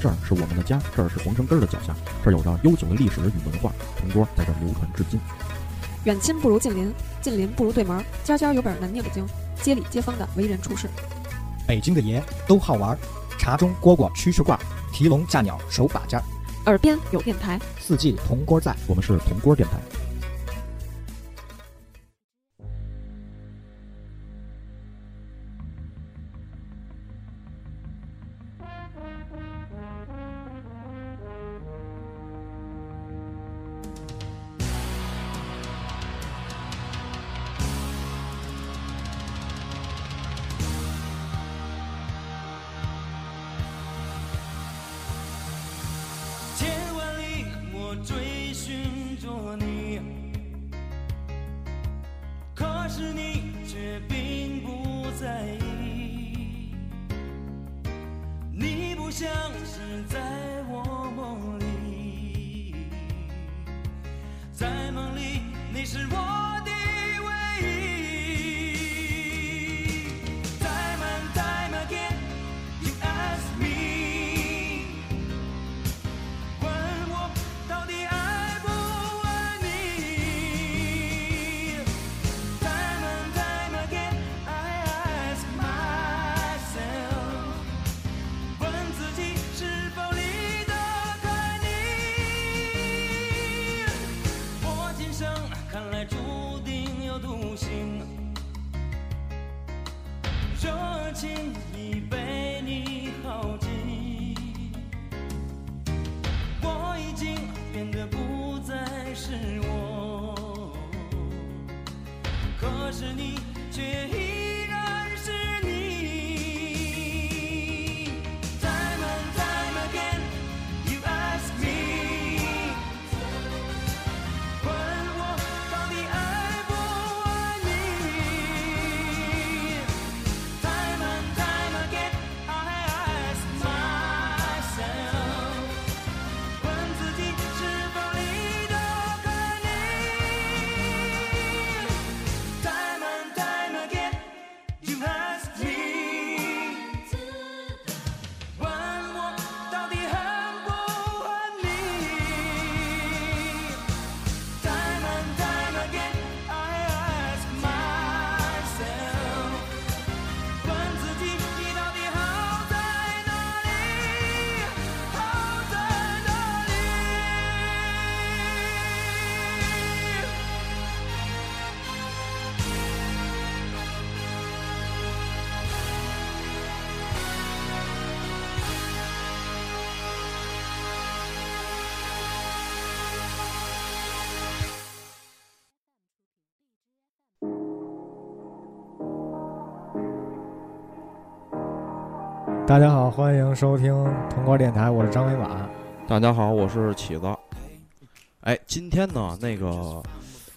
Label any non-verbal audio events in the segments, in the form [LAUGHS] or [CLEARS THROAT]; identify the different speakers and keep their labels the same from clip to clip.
Speaker 1: 这儿是我们的家，这儿是皇城根儿的脚下，这儿有着悠久的历史与文化，铜锅在这儿流传至今。
Speaker 2: 远亲不如近邻，近邻不如对门儿，家家有本难念的经，街里街坊的为人处事。
Speaker 3: 北京的爷都好玩儿，茶中蝈蝈蛐蛐挂，提笼架鸟手把件儿，
Speaker 2: 耳边有电台，
Speaker 3: 四季铜锅在。
Speaker 1: 我们是铜锅电台。
Speaker 4: 千万里我追寻着你，可是你却并不在意。你不像是在我梦里，在梦里你是我的唯一。Time and time again, you ask me. 问我到底爱不爱你？Time and time again, I ask myself，问自己是否离得开你？我今生看来注定要独行，热情已被你耗尽。我已经变得不再是我，可是你却依然是你。Time and time again, you ask me，问我到底爱不爱你。Time and time again, I ask myself。问自己是否离得开你？Time and time again, you ask me，问我到底恨不恨你？Time and time again, I ask myself，问自己你到底好在哪里？好在哪里？
Speaker 5: 大家好，欢迎收听铜锅电台，我是张伟马。
Speaker 6: 大家好，我是起子。哎，今天呢，那个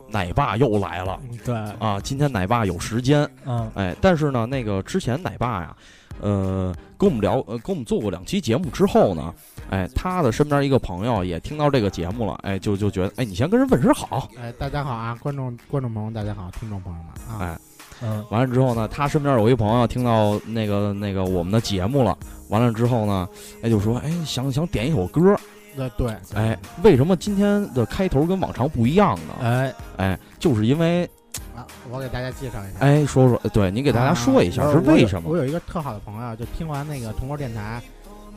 Speaker 6: 奶爸又来了
Speaker 5: 对，
Speaker 6: 啊！今天奶爸有时间，
Speaker 5: 嗯，
Speaker 6: 哎，但是呢，那个之前奶爸呀，呃，跟我们聊，呃，跟我们做过两期节目之后呢，哎，他的身边一个朋友也听到这个节目了，哎，就就觉得，哎，你先跟人问声好。
Speaker 7: 哎，大家好啊，观众观众朋友，大家好，听众朋友们啊，
Speaker 6: 哎
Speaker 5: 嗯，
Speaker 6: 完了之后呢，他身边有一朋友听到那个那个我们的节目了，完了之后呢，哎，就说，哎，想想点一首歌，
Speaker 7: 呃对，
Speaker 6: 哎，为什么今天的开头跟往常不一样呢？
Speaker 5: 哎，
Speaker 6: 哎，就是因为
Speaker 7: 啊，我给大家介绍一下，
Speaker 6: 哎，说说，对你
Speaker 7: 给
Speaker 6: 给大家说一下是为什么？。
Speaker 7: 我有一个特好的朋友，就听完那个铜锅电台，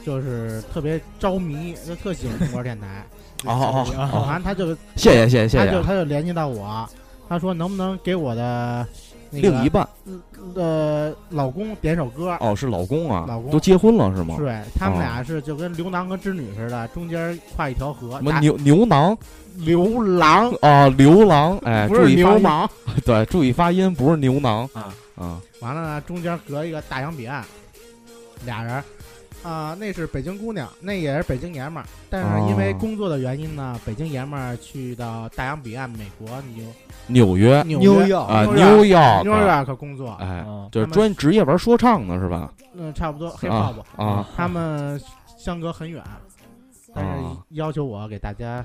Speaker 7: 就是特别着迷，就特喜欢铜锅电台
Speaker 6: [LAUGHS] 哦哦
Speaker 7: 就是
Speaker 6: 哦
Speaker 7: 然后
Speaker 5: 啊
Speaker 7: 他就
Speaker 6: 谢谢谢谢
Speaker 7: 他
Speaker 6: 谢
Speaker 7: 就
Speaker 6: 谢，
Speaker 7: 他就联系到我，他说能不能给我的那个
Speaker 6: 另一半
Speaker 4: 嗯
Speaker 7: 呃老公点首歌？
Speaker 6: 哦是老公啊，
Speaker 7: 老公
Speaker 6: 都结婚了是吗？
Speaker 7: 是，啊他们
Speaker 6: 哦
Speaker 7: 俩是就跟牛郎和织女似的，中间跨一条河
Speaker 6: 什。么
Speaker 7: 大
Speaker 6: 牛牛郎
Speaker 7: 牛郎
Speaker 6: 啊，牛郎哎，
Speaker 7: 不
Speaker 6: 注
Speaker 7: 是
Speaker 6: 意发
Speaker 7: 牛
Speaker 6: 音，
Speaker 7: 郎，
Speaker 6: 对，注意发音，不是牛郎
Speaker 7: 啊
Speaker 6: 啊，
Speaker 7: 完了呢，中间隔一个大洋彼岸，俩人儿，啊、那是北京姑娘，那也是北京爷们儿，但
Speaker 6: 哦
Speaker 7: 是因为工作的原因呢，北京爷们儿去到大洋彼岸美国纽
Speaker 6: 纽约
Speaker 7: 纽
Speaker 5: 纽
Speaker 7: 约
Speaker 5: 约
Speaker 6: 啊，
Speaker 7: 纽
Speaker 6: 纽约
Speaker 7: 纽
Speaker 6: 啊，
Speaker 7: 约可啊工作，
Speaker 6: 哎，
Speaker 5: 嗯
Speaker 6: 就是
Speaker 7: 他们
Speaker 6: 专职业玩说唱的是吧？
Speaker 7: 嗯，差不多黑
Speaker 6: 啊
Speaker 7: hop，
Speaker 6: 啊，
Speaker 7: 他们相隔很远，
Speaker 4: 嗯
Speaker 7: 但是
Speaker 6: 啊
Speaker 7: 要求我给大家。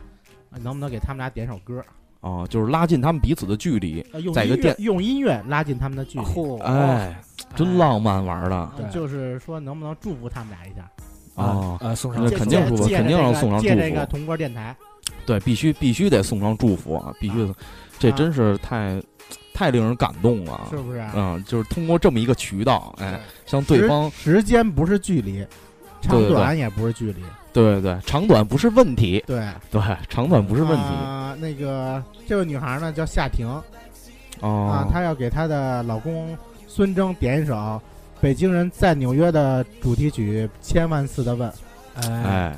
Speaker 7: 呃能不能给他们俩点首歌？
Speaker 6: 哦，就是拉近他们彼此的距离，
Speaker 4: 啊
Speaker 7: 呃用
Speaker 6: 在一个
Speaker 7: 音乐
Speaker 6: 电
Speaker 7: 用音乐拉近他们的
Speaker 4: 哦
Speaker 7: 距离，
Speaker 5: 嚯，
Speaker 6: 哎，真浪漫玩的
Speaker 7: 呃
Speaker 5: 对
Speaker 4: 啊
Speaker 7: 就是说能不能祝福他们俩一下？
Speaker 6: 哦
Speaker 5: 呃，送上
Speaker 6: 那
Speaker 4: 借
Speaker 6: 肯定
Speaker 4: 借
Speaker 6: 祝福
Speaker 4: 借
Speaker 6: 肯
Speaker 4: 着
Speaker 6: 定
Speaker 4: 这
Speaker 6: 要
Speaker 4: 个
Speaker 6: 送上
Speaker 4: 借
Speaker 6: 祝
Speaker 4: 这
Speaker 6: 福
Speaker 4: 个铜锅电台，
Speaker 6: 对，必须必须得送上祝福啊！必须得，这真是太太令人感动了
Speaker 4: 是。不是？
Speaker 6: 嗯，就是通过这么一个渠道，哎，向
Speaker 4: 对
Speaker 6: 对方，
Speaker 4: 时间不是距离，
Speaker 6: 对
Speaker 4: 长
Speaker 6: 对对
Speaker 4: 短也不是距离，
Speaker 6: 对对对，长短不是问题，
Speaker 4: 对，
Speaker 6: [LAUGHS] 对，长短不是问题
Speaker 4: 啊那个这位女孩呢叫夏婷啊
Speaker 6: 哦，，
Speaker 4: 她要给她的老公孙征点一首《北京人在纽约》的主题曲《千万次的问》。
Speaker 5: 哎，
Speaker 6: 哎，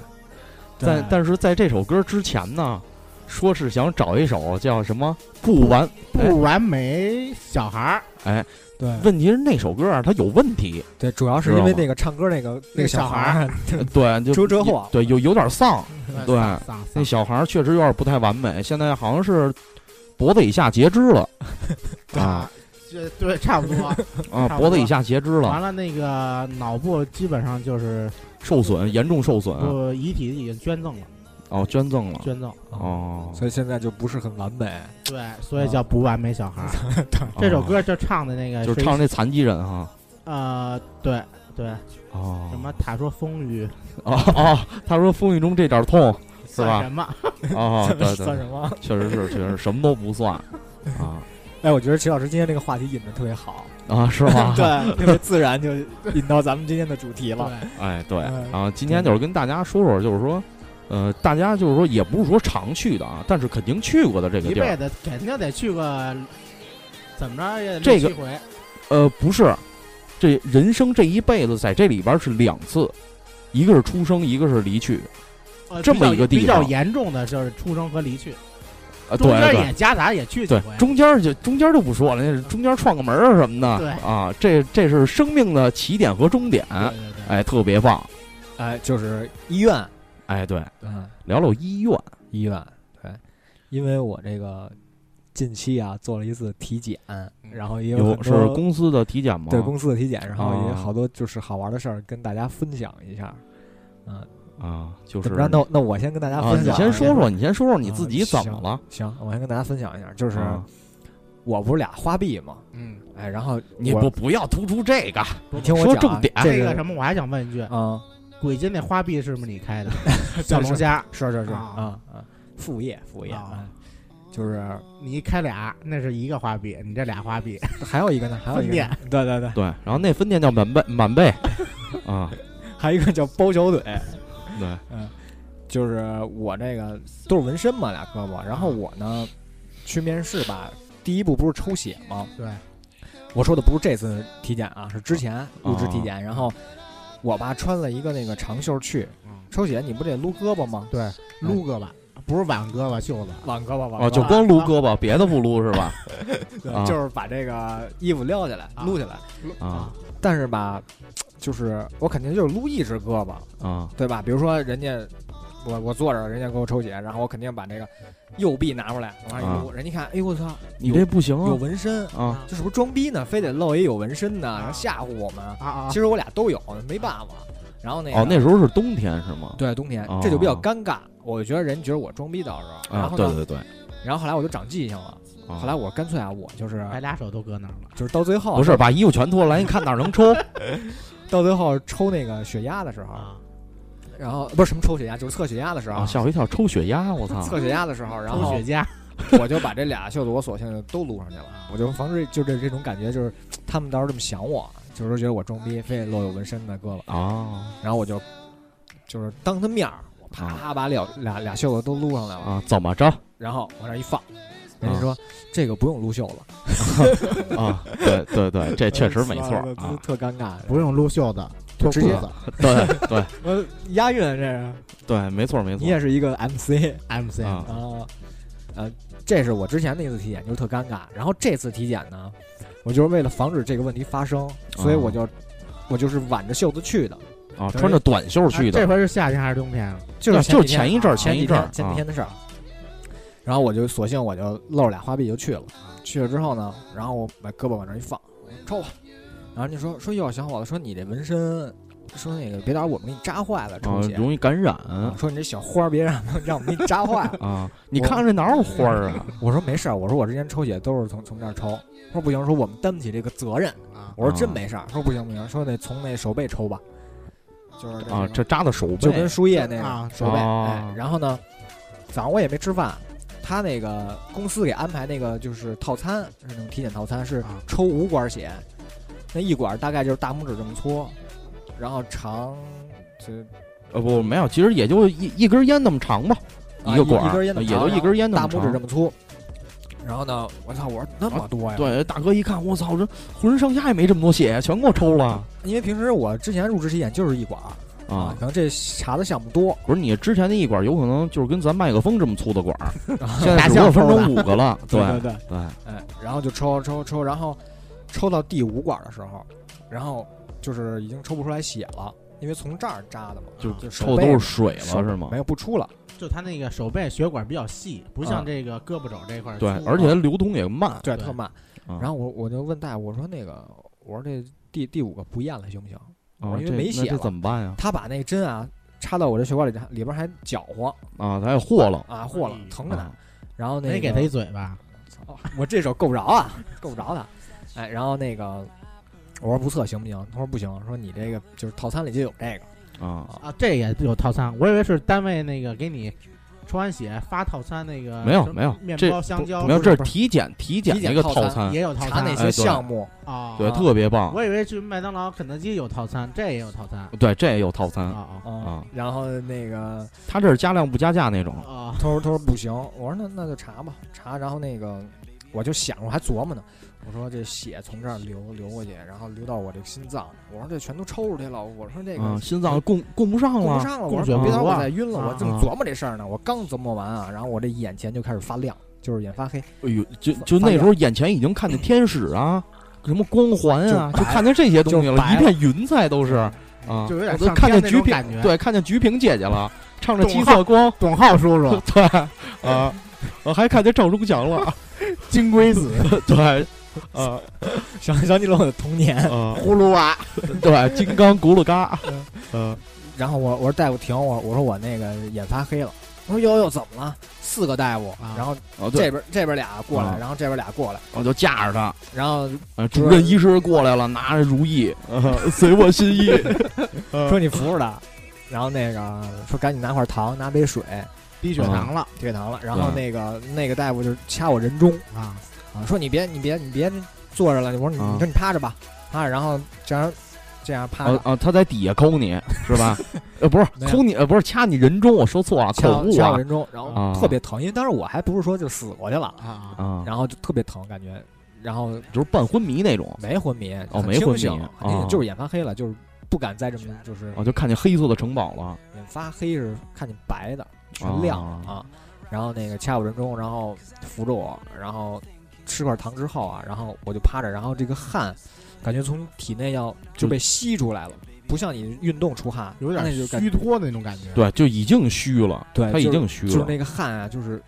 Speaker 6: 但但是在这首歌之前呢，说是想找一首叫什么不完，哎
Speaker 4: 不完美小孩儿，
Speaker 5: 对
Speaker 6: 问题是那首歌啊，它有问 [LAUGHS] 题，
Speaker 5: 对，主要是因为那个唱歌那个那个小孩 [LAUGHS] 儿，
Speaker 6: 对，就
Speaker 5: 出车祸
Speaker 6: 对，有有点丧，对
Speaker 4: 丧丧
Speaker 6: 那
Speaker 4: 丧
Speaker 6: 小孩儿确实有点不太完美，现在好像是脖子以下截肢 [LAUGHS] 了啊
Speaker 4: 啊，这对，差不多。
Speaker 6: 啊，
Speaker 4: 差不多
Speaker 6: 脖子以下截肢
Speaker 4: 完
Speaker 6: 了，
Speaker 4: 了，那个脑部基本上就是
Speaker 6: 受损，严重受损，啊
Speaker 4: 不遗体已经捐赠了，
Speaker 6: 哦，捐赠了，
Speaker 4: 捐赠。
Speaker 6: 哦，
Speaker 5: 所以现在就不是很完美。
Speaker 4: 对，所以叫不完美小孩儿。这首歌就唱的那个
Speaker 6: 哦
Speaker 4: 是
Speaker 6: 就
Speaker 4: 一，
Speaker 6: 是唱这残疾人哈，
Speaker 4: 呃，对对，
Speaker 6: 哦，
Speaker 4: 什么他说风雨
Speaker 6: 哦哦，他说风雨中这点痛是
Speaker 4: 算
Speaker 6: 吧
Speaker 4: 什？么？
Speaker 6: 哦，对对
Speaker 5: 算
Speaker 6: 对
Speaker 5: 什，么？ [LAUGHS]
Speaker 6: 确实是，确实是什么都不算
Speaker 4: [LAUGHS]
Speaker 6: 啊
Speaker 5: 哎，我觉得齐老师今天这个话题引的特别好，
Speaker 6: 啊，是吗？，
Speaker 5: 对，特别自然就引到咱们今天的主题了。
Speaker 4: 对
Speaker 6: [LAUGHS] 哎对，
Speaker 5: 嗯
Speaker 6: 然后今天就是跟大家说说，就是说。呃，大家就是说，也不是说常去的啊，但是肯定去过的这个
Speaker 4: 一
Speaker 6: 地儿
Speaker 4: 辈，子肯定得去个，怎么着也得
Speaker 6: 这
Speaker 4: 六
Speaker 6: 个
Speaker 4: 七回。
Speaker 6: 呃，不是，这人生这一辈子在这里边儿是两次，一个是出生，一个是离去。
Speaker 4: 呃
Speaker 6: 这
Speaker 4: 比
Speaker 6: 么
Speaker 4: 较
Speaker 6: 一个地
Speaker 4: 比较
Speaker 6: 方
Speaker 4: 严重的就是出生和离去，
Speaker 6: 啊，对
Speaker 4: 中间
Speaker 6: 对
Speaker 4: 也夹杂也去几
Speaker 6: 对
Speaker 4: 回，。啊
Speaker 6: 中间儿就中间儿就不说了，那是中间儿串个门儿啊什么
Speaker 4: 对
Speaker 6: 的啊，这这是生命的起点和终点，
Speaker 4: 对对对，
Speaker 6: 哎，特别棒，
Speaker 5: 哎，就是医院，
Speaker 6: 哎，对，
Speaker 5: 嗯，
Speaker 6: 聊聊医院
Speaker 5: 医院，对，因为我这个近期啊做了一次体检，
Speaker 4: 嗯
Speaker 5: 然后也有很
Speaker 6: 有是
Speaker 5: 多
Speaker 6: 公司的体检吗？
Speaker 5: 对公司的体检，然后也有
Speaker 6: 啊
Speaker 5: 好多就是好玩的事儿跟大家分享一下。
Speaker 6: 啊，就是
Speaker 5: 怎么着？那那我先跟大家
Speaker 6: 啊，
Speaker 5: 分
Speaker 6: 你
Speaker 5: 享，
Speaker 6: 先说说，。你先说说你
Speaker 5: 啊
Speaker 6: 自己怎么了？
Speaker 5: 行，我先跟大家分享一下，就是
Speaker 6: 啊
Speaker 5: 我不是俩花臂嘛，
Speaker 4: 嗯，
Speaker 5: 哎，然后
Speaker 6: 你
Speaker 5: 我
Speaker 6: 不不要突出这个，
Speaker 5: 你听我
Speaker 6: 说
Speaker 5: 讲啊
Speaker 6: 重点
Speaker 5: 这
Speaker 4: 这个什么，我还想问一句，
Speaker 5: 啊，
Speaker 4: 鬼金那花臂是不是你
Speaker 6: [LAUGHS]
Speaker 4: 开的？小龙虾，
Speaker 5: 是是是
Speaker 4: 啊
Speaker 5: 啊啊，副业副业
Speaker 4: 啊
Speaker 5: 啊，就是
Speaker 4: 你一开俩，那是一个花臂，你这俩
Speaker 6: [LAUGHS]
Speaker 4: 花臂，
Speaker 5: 还有一个呢，还有一
Speaker 4: 分
Speaker 5: 个呢，对对 [LAUGHS] 对，
Speaker 6: 对，然后那分店叫满贝满
Speaker 5: [LAUGHS]
Speaker 6: 贝啊，
Speaker 5: 还有一个叫包小腿，
Speaker 6: 对，
Speaker 5: 就是我这个都是纹身嘛，俩胳膊。然后我呢，去面试吧，第一步不是抽血吗？
Speaker 4: 对，
Speaker 5: 我说的不是这次体检啊，是之前
Speaker 6: 哦
Speaker 5: 入职体检。然后我吧穿了一个那个长袖去
Speaker 4: 嗯
Speaker 5: 抽血，你不得撸胳膊吗？
Speaker 4: 对，撸胳膊，不是挽胳膊袖子，
Speaker 5: 挽胳膊，挽
Speaker 6: 哦，就光撸
Speaker 5: 啊
Speaker 6: 胳膊，别的不撸是吧？啊
Speaker 5: 就是把这个衣服撩起来，
Speaker 4: 啊
Speaker 5: 撸起来。 [LAUGHS]
Speaker 6: 啊
Speaker 5: 但是吧，就是我肯定就是撸一只胳膊，
Speaker 6: 啊
Speaker 5: 对吧？比如说人家我我坐着，人家给我抽血，然后我肯定把这个右臂拿出来往
Speaker 6: 啊
Speaker 5: 上一撸，人家一看，哎呦我操，
Speaker 6: 你这不行啊
Speaker 5: 有纹身，
Speaker 6: 啊！
Speaker 5: 这是不是装逼呢？非得露一有纹身呢，然后吓唬我们。
Speaker 4: 啊啊
Speaker 5: 其，实我俩都有，没办法。然后那个、
Speaker 6: 哦，那时候是冬天是吗？
Speaker 5: 啊对冬天、
Speaker 6: 哦
Speaker 5: 这就比较尴尬，我觉得人觉得我装逼到时候。然
Speaker 6: 啊，
Speaker 5: 后呢，
Speaker 6: 对对对。
Speaker 5: 然后后来我就长记性了，
Speaker 6: 啊哎
Speaker 5: 后来我干脆啊，我就是
Speaker 4: 把俩手都搁那儿了，
Speaker 5: 就是到最后啊
Speaker 6: 不是把衣服全脱了，来你看哪儿能
Speaker 5: [LAUGHS]
Speaker 6: 抽？
Speaker 5: 到最后抽那个血压的时候，
Speaker 4: 啊，
Speaker 5: 然后不是什么抽血压，就是测血压的时候。
Speaker 6: 啊，吓我一跳，抽血压，我
Speaker 5: [LAUGHS]
Speaker 6: 操！
Speaker 5: 测血压的时候，然
Speaker 4: 抽
Speaker 5: 后
Speaker 4: 雪茄，
Speaker 5: [LAUGHS] 我就把这俩袖子我索性就都撸上去了，我就防止就这这种感觉，就是他们到时候这么想我，就是觉得我装逼，非得露有纹身的胳膊。
Speaker 6: 啊
Speaker 5: 然后我就就是当他面儿，我啪啪把俩俩俩袖子都撸上来了，
Speaker 6: 啊，怎么着
Speaker 5: 然后往那儿一放，人家说、这个不用撸袖子， [LAUGHS]
Speaker 6: 啊？对对对，这确实没错儿
Speaker 5: 就
Speaker 6: 啊！
Speaker 5: 特尴尬，
Speaker 4: 不用撸袖子，脱
Speaker 5: 直接
Speaker 4: 裤子
Speaker 6: 对对
Speaker 5: 我押韵这是，
Speaker 6: 对，没错儿没错啊
Speaker 5: 你
Speaker 6: 儿。
Speaker 5: 也是一个 MC
Speaker 4: ，MC，
Speaker 6: 啊
Speaker 5: 啊，呃，这是我之前那次体检，就是特尴尬。然后这次体检呢，我就是为了防止这个问题发生，所以我就、我就是挽着袖子去的，
Speaker 6: 啊，穿着短袖去的
Speaker 5: 哎
Speaker 4: 这回是夏天还是冬天啊？
Speaker 5: 就是
Speaker 6: 就是
Speaker 5: 几天
Speaker 6: 前一阵儿
Speaker 5: 啊
Speaker 6: 前
Speaker 5: 前
Speaker 6: 一阵儿
Speaker 5: 几天前
Speaker 6: 啊
Speaker 5: 几天的事儿。然后我就索性我就露着俩花臂就去了，啊去了之后呢，然后我把胳膊往这儿一放，我说抽吧。啊然后人家说说又要想我了，说你这纹身，说那个别到时候我们给你扎坏了，
Speaker 6: 啊
Speaker 5: 抽血。，
Speaker 6: 容易嗯感染
Speaker 5: 啊说你这小花儿别让 [LAUGHS] 让我们给你扎坏了。
Speaker 6: 啊！你看看这哪有花儿
Speaker 5: [LAUGHS]
Speaker 6: 啊？
Speaker 5: 我说没事儿，我说我之前抽血都是从从这儿抽。他说不行，说我们担不起这个责任。
Speaker 4: 啊，
Speaker 5: 我说真没事儿，说不行不行，说得从那手背抽吧。就是这
Speaker 6: 啊，
Speaker 5: 种
Speaker 6: 这扎的手
Speaker 5: 就跟
Speaker 6: 背，
Speaker 5: 输液那
Speaker 4: 啊
Speaker 5: 样手背。
Speaker 6: 啊
Speaker 5: 哎，然后呢，早上我也没吃饭，他那个公司给安排那个就是套餐是那种体检套餐，是
Speaker 4: 啊
Speaker 5: 抽五管血，那一管大概就是大拇指这么粗，然后长就
Speaker 6: 呃不没有，其实也就一一根烟那么长吧，
Speaker 5: 啊
Speaker 6: 个
Speaker 5: 一
Speaker 6: 管儿
Speaker 5: 一
Speaker 6: 呃
Speaker 5: 根
Speaker 6: 也
Speaker 5: 烟那么
Speaker 6: 就
Speaker 5: 长
Speaker 6: 一根烟那
Speaker 5: 大
Speaker 6: 么
Speaker 5: 拇指这
Speaker 6: 长。
Speaker 5: 么粗。然后呢，我操，我说那么多呀？，
Speaker 6: 啊对，大哥一看，我操，这浑身上下也没这么多血，啊全给我抽了
Speaker 5: 因为平时我之前入职体检就是一管儿
Speaker 6: 啊！
Speaker 5: 可能这查的项目多，
Speaker 6: 不是你之前那一管，有可能就是跟咱麦克风这么粗的管
Speaker 5: [LAUGHS]
Speaker 6: 儿，现在
Speaker 5: 大
Speaker 6: 只不过
Speaker 5: 象
Speaker 6: 分
Speaker 5: 抽的
Speaker 6: 成五个了。对
Speaker 5: 对，
Speaker 6: 对，
Speaker 5: 哎，然后就抽抽抽，然后抽到第五管的时候，然后就是已经抽不出来血了，因为从这儿扎的嘛，啊
Speaker 6: 就
Speaker 5: 就手
Speaker 6: 抽的
Speaker 5: 背
Speaker 6: 都是水
Speaker 5: 手
Speaker 6: 了是吗嗯
Speaker 5: 没？有不出了，
Speaker 4: 就他那个手背血管比较细，不
Speaker 5: 啊
Speaker 4: 像这个胳膊肘这块儿粗
Speaker 6: 对
Speaker 4: 啊。，
Speaker 6: 而且它流通也慢。
Speaker 5: 对，
Speaker 4: 对
Speaker 5: 特慢。
Speaker 6: 啊
Speaker 5: 然后我我就问大夫，我说那个，我说这第第五个不验了行不行？
Speaker 6: 啊
Speaker 5: 我，因为
Speaker 6: 这
Speaker 5: 没
Speaker 6: 那
Speaker 5: 血
Speaker 6: 这
Speaker 5: 了
Speaker 6: 怎么办呀？
Speaker 5: 他把那针啊插到我这血管里，里边还搅和
Speaker 6: 啊，咱也和了。
Speaker 5: 啊，和了
Speaker 4: 哎，
Speaker 5: 疼着呢
Speaker 6: 啊。
Speaker 5: 然后那
Speaker 4: 没
Speaker 5: 个
Speaker 4: 给他一嘴巴，
Speaker 5: 哦 [LAUGHS] 我这手够不着啊，够不着他。哎，然后那个我说不测行不行？他说不行，说你这个就是套餐里就有这个。
Speaker 6: 啊，
Speaker 4: 啊，这也有套餐，我以为是单位那个给你抽完血发套餐那个，
Speaker 6: 没有
Speaker 4: 什么
Speaker 6: 没有
Speaker 4: 面
Speaker 6: 这
Speaker 4: 包、香蕉
Speaker 6: 没有，
Speaker 4: 不
Speaker 6: 这
Speaker 4: 是
Speaker 6: 是
Speaker 4: 不是
Speaker 6: 体检体检
Speaker 5: 体检
Speaker 6: 那个
Speaker 5: 套
Speaker 6: 套
Speaker 5: 餐
Speaker 6: 餐，
Speaker 4: 也有套
Speaker 5: 查
Speaker 4: 餐
Speaker 5: 哪
Speaker 6: 哎对
Speaker 5: 些项目？
Speaker 4: 啊？
Speaker 6: 对，
Speaker 5: 啊
Speaker 6: 特别棒。
Speaker 4: 我以为去麦当劳、肯德基有套餐，这也有套餐
Speaker 6: 对，这也有套餐
Speaker 4: 啊
Speaker 5: 啊
Speaker 6: 啊，
Speaker 5: 然后那个
Speaker 6: 他这是加量不加价那种
Speaker 5: 嗯
Speaker 4: 啊啊！
Speaker 5: [LAUGHS] 他说他说不行，我说那那就查吧查，然后那个我就想我还琢磨呢，我说这血从这儿流流过去，然后流到我这个心脏，我说这全都抽出去了，我说这个
Speaker 6: 啊，心脏供供不上
Speaker 5: 供不
Speaker 6: 了。
Speaker 5: 上了，
Speaker 4: 供
Speaker 5: 我
Speaker 4: 血
Speaker 5: 说
Speaker 6: 不
Speaker 5: 别打
Speaker 4: 足
Speaker 5: 我
Speaker 4: 啊
Speaker 5: 再晕了，
Speaker 4: 啊
Speaker 5: 我正琢磨这事儿呢，我刚琢磨完啊，然后我这眼前就开始发亮，就是眼发黑，
Speaker 6: 哎呦，就就那时候眼前已经看见天使啊，什么光环啊，就看见这些东西
Speaker 5: 就
Speaker 6: 了，
Speaker 5: 白
Speaker 6: 一片云彩都是啊，
Speaker 4: 就有点
Speaker 6: 我都
Speaker 4: 上
Speaker 6: 看
Speaker 4: 天
Speaker 6: 见
Speaker 4: 那
Speaker 6: 菊
Speaker 4: 种
Speaker 6: 萍
Speaker 4: 感觉，
Speaker 6: 对，看见菊萍姐姐了，唱着
Speaker 4: 董
Speaker 6: 七色光，
Speaker 4: 董浩叔
Speaker 5: 嗯
Speaker 4: 叔
Speaker 6: 对啊， [LAUGHS] 我还看见赵忠祥了， [LAUGHS]
Speaker 4: 金龟
Speaker 5: [LAUGHS]
Speaker 4: 子
Speaker 6: 对，啊
Speaker 5: 想想起了我的童年。
Speaker 6: 啊，
Speaker 4: 葫芦娃，
Speaker 6: 对，金刚轱辘嘎，嗯，
Speaker 5: 然后我我说大夫停，我我说我那个眼发黑了，我说哟哟怎么了？四个大夫
Speaker 4: 啊，
Speaker 5: 然后
Speaker 6: 哦对，
Speaker 5: 这边这边俩过来
Speaker 6: 啊，
Speaker 5: 然后这边俩过来，
Speaker 6: 我就架着他，
Speaker 5: 然后
Speaker 6: 呃主任医师过来了，拿着如意，呃随我心意，
Speaker 5: 说你服着他，然后那个说赶紧拿块糖，拿杯水，啊
Speaker 4: 低血糖了
Speaker 5: 低血糖
Speaker 6: 嗯
Speaker 5: 了。然后那个那个大夫就掐我人中
Speaker 4: 啊！
Speaker 5: 啊，说你别你别你别坐着了，我说你
Speaker 6: 啊
Speaker 5: 你说你趴着吧，趴着，然后这样这样趴
Speaker 6: 啊
Speaker 5: 着，
Speaker 6: 啊，他在底下抠你是吧？呃，不是
Speaker 5: [LAUGHS] 没有
Speaker 6: 抠你，呃，不是掐你人中，我说错了，
Speaker 5: 掐
Speaker 6: 口
Speaker 5: 我
Speaker 6: 部
Speaker 5: 掐我
Speaker 6: 啊
Speaker 5: 人中，然
Speaker 6: 啊
Speaker 5: 后特别疼，因为当时我还不是说就死过去了，
Speaker 4: 啊
Speaker 6: 啊，
Speaker 5: 然后就特别疼感觉，然后
Speaker 6: 就是半昏迷那种，
Speaker 5: 没昏迷，
Speaker 6: 哦
Speaker 5: 很
Speaker 6: 没昏迷
Speaker 5: 清醒很清
Speaker 6: 啊
Speaker 5: 醒就是眼发黑了，就是不敢再这么就是
Speaker 6: 我就看见黑色的城堡了，
Speaker 5: 眼发黑是看见白的，全亮了啊。然后那个掐我人中，然后扶着我，然后吃块糖之后啊，然后我就趴着，然后这个汗感觉从体内要就被吸出来了，不像你运动出汗，
Speaker 4: 有点
Speaker 5: 那就感
Speaker 4: 虚脱的那种感觉。
Speaker 6: 对，就已经虚了，
Speaker 5: 对
Speaker 6: 他已
Speaker 5: 就
Speaker 6: 经虚
Speaker 5: 就是
Speaker 6: 了
Speaker 5: 那，个汗啊，就是